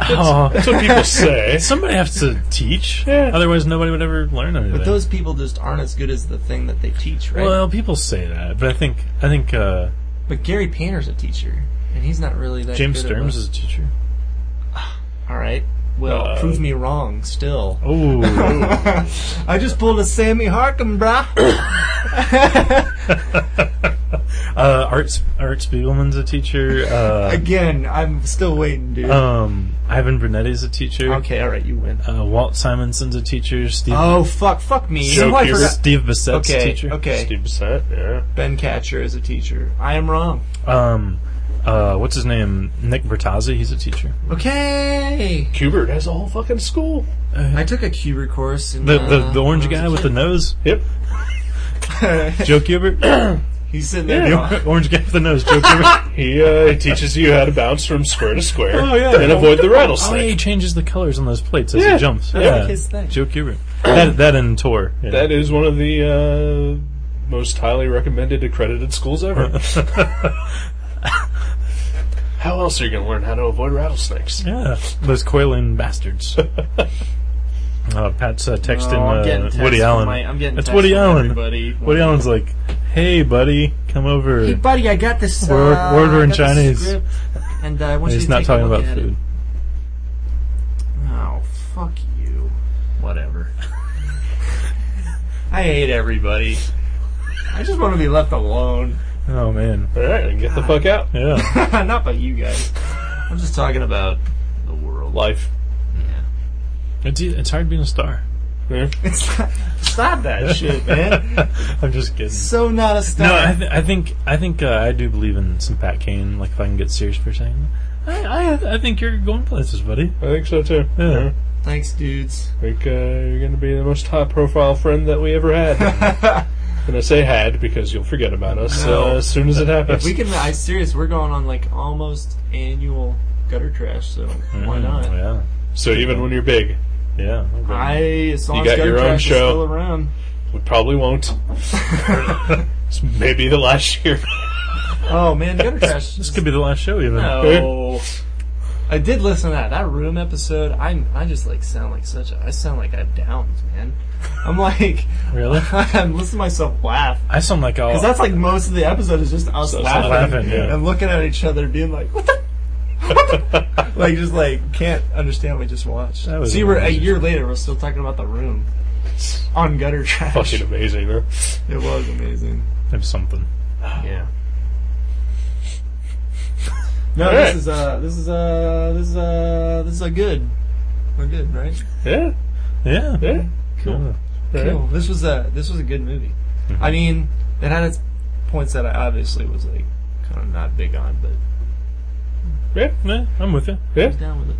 oh,
That's what people say.
somebody has to teach.
Yeah.
Otherwise, nobody would ever learn anything.
But those people just aren't as good as the thing that they teach, right?
well, people say that, but I think I think uh,
but Gary Painter's a teacher, and he's not really that.
James
good of
Sturms
a-
is a teacher.
All right. Well,
Uh,
prove me wrong. Still,
Oh,
I just pulled a Sammy Harkin, brah.
uh, Art Art Spiegelman's a teacher. Uh,
Again, I'm still waiting, dude.
um, Ivan Brunetti's a teacher.
okay, all right, you win.
Uh, Walt Simonson's a teacher. Steve
Oh fuck, fuck me.
Joe
You know, I
Keeler.
forgot-
Steve Bissett's a
Okay,
teacher.
okay.
Steve Bissett, yeah.
Ben Catcher is a teacher. I am wrong.
Um, uh, what's his name? Nick Bertazzi. He's a teacher.
Okay.
Kubert has a whole fucking school.
I took a Cuber course. In,
The
uh,
the, the orange
when I
guy
was
with
a
the nose,
Yep.
kid.
Joe Kubert.
He's sitting there.
Yeah.
going,
The orange guy with the nose, Joe Kubert.
He, uh, he teaches you how to bounce from square to square
Oh, yeah.
and avoid the
Oh, yeah,
rattlesnake.
he changes the colors on those plates as
Yeah.
he jumps.
That's
like his thing.
Joe Kubert. that that and Tor. Yeah.
That is one of the uh, most highly recommended accredited schools ever. how else are you going to learn how to avoid rattlesnakes?
yeah, those coiling bastards. Uh, Pat's uh, texting
Oh, I'm getting
uh,
texts
Woody
from
Allen.
my- I'm getting
That's
texts
Woody
from
Allen.
everybody.
Woody Allen's like, "Hey, buddy, come over."
Hey, buddy, I got this.
We're-
uh,
we're- we're
I
in
got this
Chinese.
script, And uh, I want you
He's
to
not
take a
talking
look
about
at it."
food.
Oh, fuck you. Whatever. I hate everybody. I just want to be left alone.
Oh man,
All right, get the fuck out.
yeah.
Not by you guys. I'm just talking about the world.
Life.
Yeah.
It's,
e,
it's hard being a star.
Yeah.
It's not, it's not that shit, man.
I'm just kidding.
So not a star.
No, I, th- I think I think uh, I do believe in some Pat Kane. Like if I can get serious for a second, I I, I think you're going places, buddy.
I think so too.
Yeah.
Thanks, dudes.
I think uh, you're going to be the most high profile friend that we ever had. and I say had because you'll forget about us
No.
uh, as soon as it happens.
If we can, I serious. We're going on like almost annual gutter trash, so why
Mm,
not?
Yeah,
so even when you're big,
yeah. Oh,
I as
You
long as
got
gutter
your own
trash
show.
is still around.
we probably won't. It's maybe the last year.
oh man, gutter trash.
this could be the last show, even.
No. I did listen to that that room episode. I I just like sound like such a I sound like I've downs, man. I'm like
Really?
I'm listening to myself laugh
I sound like all.
because that's like most of the episode is just us
So- so
laughing,
laughing, yeah.
and looking at each other, being like, "What the." What the-" like just like can't understand what we just watched.
That was
See, we're a
amazing.
year later. We're still talking about the room on gutter trash.
Fucking amazing, huh?
It was amazing.
Have something.
Yeah. No,
All right.
this is uh this is uh this is uh this is a good. We're good, right?
Yeah,
Yeah.
yeah.
Cool.
All
Cool.
right.
This was a this was a good movie.
Mm-hmm.
I mean, it had its points that I obviously was like kind of not big on, but
Yeah,
Yeah, I'm with you.
yeah.
down with it.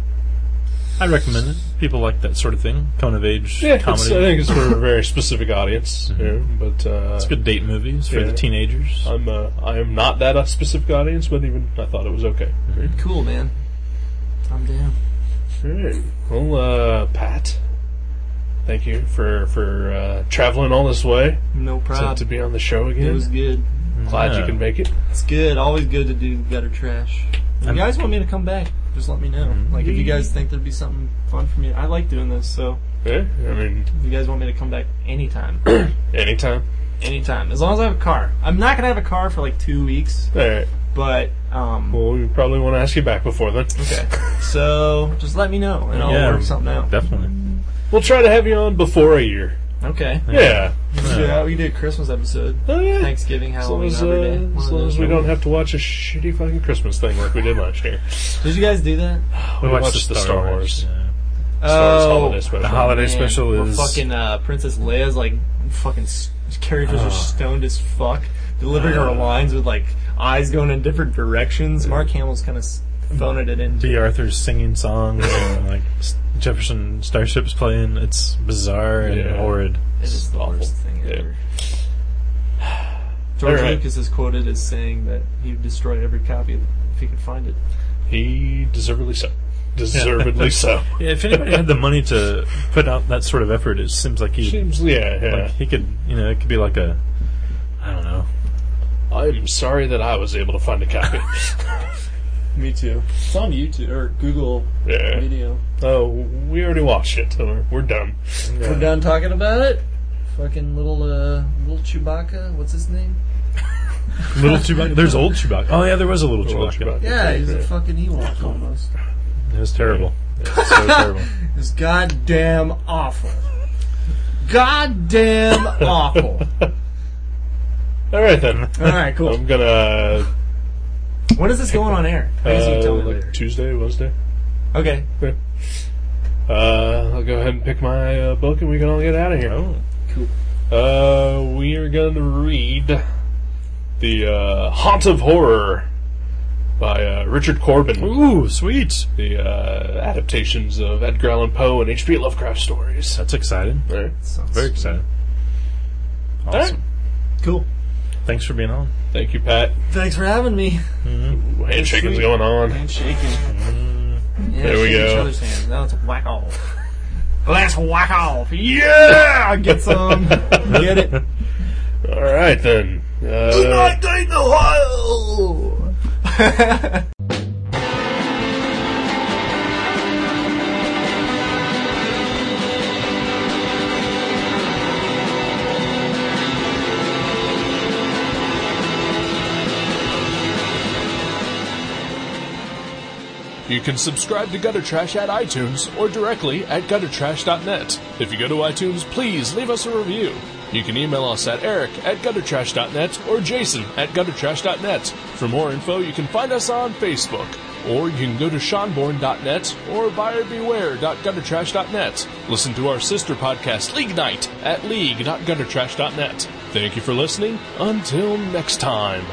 I recommend it. People like that sort of thing. Coming of age
Yeah,
uh,
it's, I
comedy. Mm-hmm.
think it's for a very specific audience. yeah, but uh,
It's good date movies for
Yeah.
the teenagers.
I'm uh, I am not that a specific audience, but even I thought it was okay.
Mm-hmm.
Cool, man. I'm down.
Alright. Well, uh, Pat, thank you for for uh, traveling all this way
No
to,
problem.
to be on the show again.
It was good.
Glad you
Mm-hmm. Yeah.
can make it.
It's good. Always good to do gutter trash. If you
I'm-
guys want me to come back, just let me know.
Mm-hmm.
Like if you guys think there'd be something fun for me, I like doing this. So
Yeah, I mean,
if you guys want me to come back anytime,
anytime.
anytime, as long as I have a car. I'm not gonna have a car for like two weeks,
All right.
but um,
Well, we probably want to ask you back before then.
okay. So just let me know, and I'll
Yeah.
work something out.
Definitely.
We'll try to have you on before a year.
Okay.
Yeah.
Yeah, we did a Christmas episode,
Oh, yeah.
Thanksgiving,
As long
Halloween,
as, uh,
Arbor Day. One
as
of
long
those
as we
ones.
don't have to watch a shitty fucking Christmas thing like we did last year.
Did you guys do that?
We watched the Star Wars.
yeah.
Star Wars
Oh,
holiday special.
The holiday
Man,
special
where
is
fucking uh, Princess Leia's like fucking s- characters are stoned as fuck, delivering her lines with like eyes going in different directions. Mark Hamill's kind of phoned it in.
B. Arthur's singing songs and like S- Jefferson Starship's playing. It's bizarre and
Yeah.
horrid.
It is the
Awful.
worst thing
Yeah.
ever. George
Alright.
Lucas is quoted as saying that he would destroy every copy if he could find it.
He deservedly so. Deservedly so.
Yeah, if anybody had the money to put out that sort of effort, it seems like he
Seems, yeah, yeah.
like he could you know it could be like a I don't know.
I'm sorry that I was able to find a copy.
Me too. It's on YouTube or Google
yeah.
Video.
Oh, we already watched it. so We're, we're done.
We're done talking about it. Fucking little uh, little Chewbacca. What's his name?
Little Chewbacca. There's old Chewbacca. Oh yeah, there was a little
Little
Chewbacca.
Chewbacca.
Yeah, he's a fucking Ewok almost.
It was terrible. It was so terrible.
is goddamn awful. Goddamn awful.
All right then.
All right, cool.
I'm gonna.
when is this going on air? I guess you
Uh,
tell me later.
like Tuesday, Wednesday.
Okay,
Uh, I'll go ahead and pick my uh, book, and we can all get out of here.
Oh,
Uh, we are going to read the uh, Haunt of Horror by uh, Richard Corbin.
ooh, sweet.
The uh, adaptations of Edgar Allan Poe and H.P. Lovecraft stories.
That's exciting.
All right.
sounds
Very exciting.
All right.
Awesome.
cool.
Thanks for being on.
Thank you, Pat.
Thanks for having me.
Ooh, Handshaking's
Sweet.
going on.
Handshaking. Yeah,
There we
shake Each
go.
other's hands. Now it's whack off. Let's whack off. Yeah, get some. get it.
All right, then. Uh,
Night the Ohio.
you can subscribe to Gutter Trash at iTunes or directly at guttertrash.net. If you go to iTunes, please leave us a review. You can email us at eric at guttertrash.net or jason at guttertrash.net. For more info, you can find us on Facebook. Or you can go to seanborn.net or buyerbeware.guttertrash.net. Listen to our sister podcast, League Night, at league.guttertrash.net. Thank you for listening. Until next time.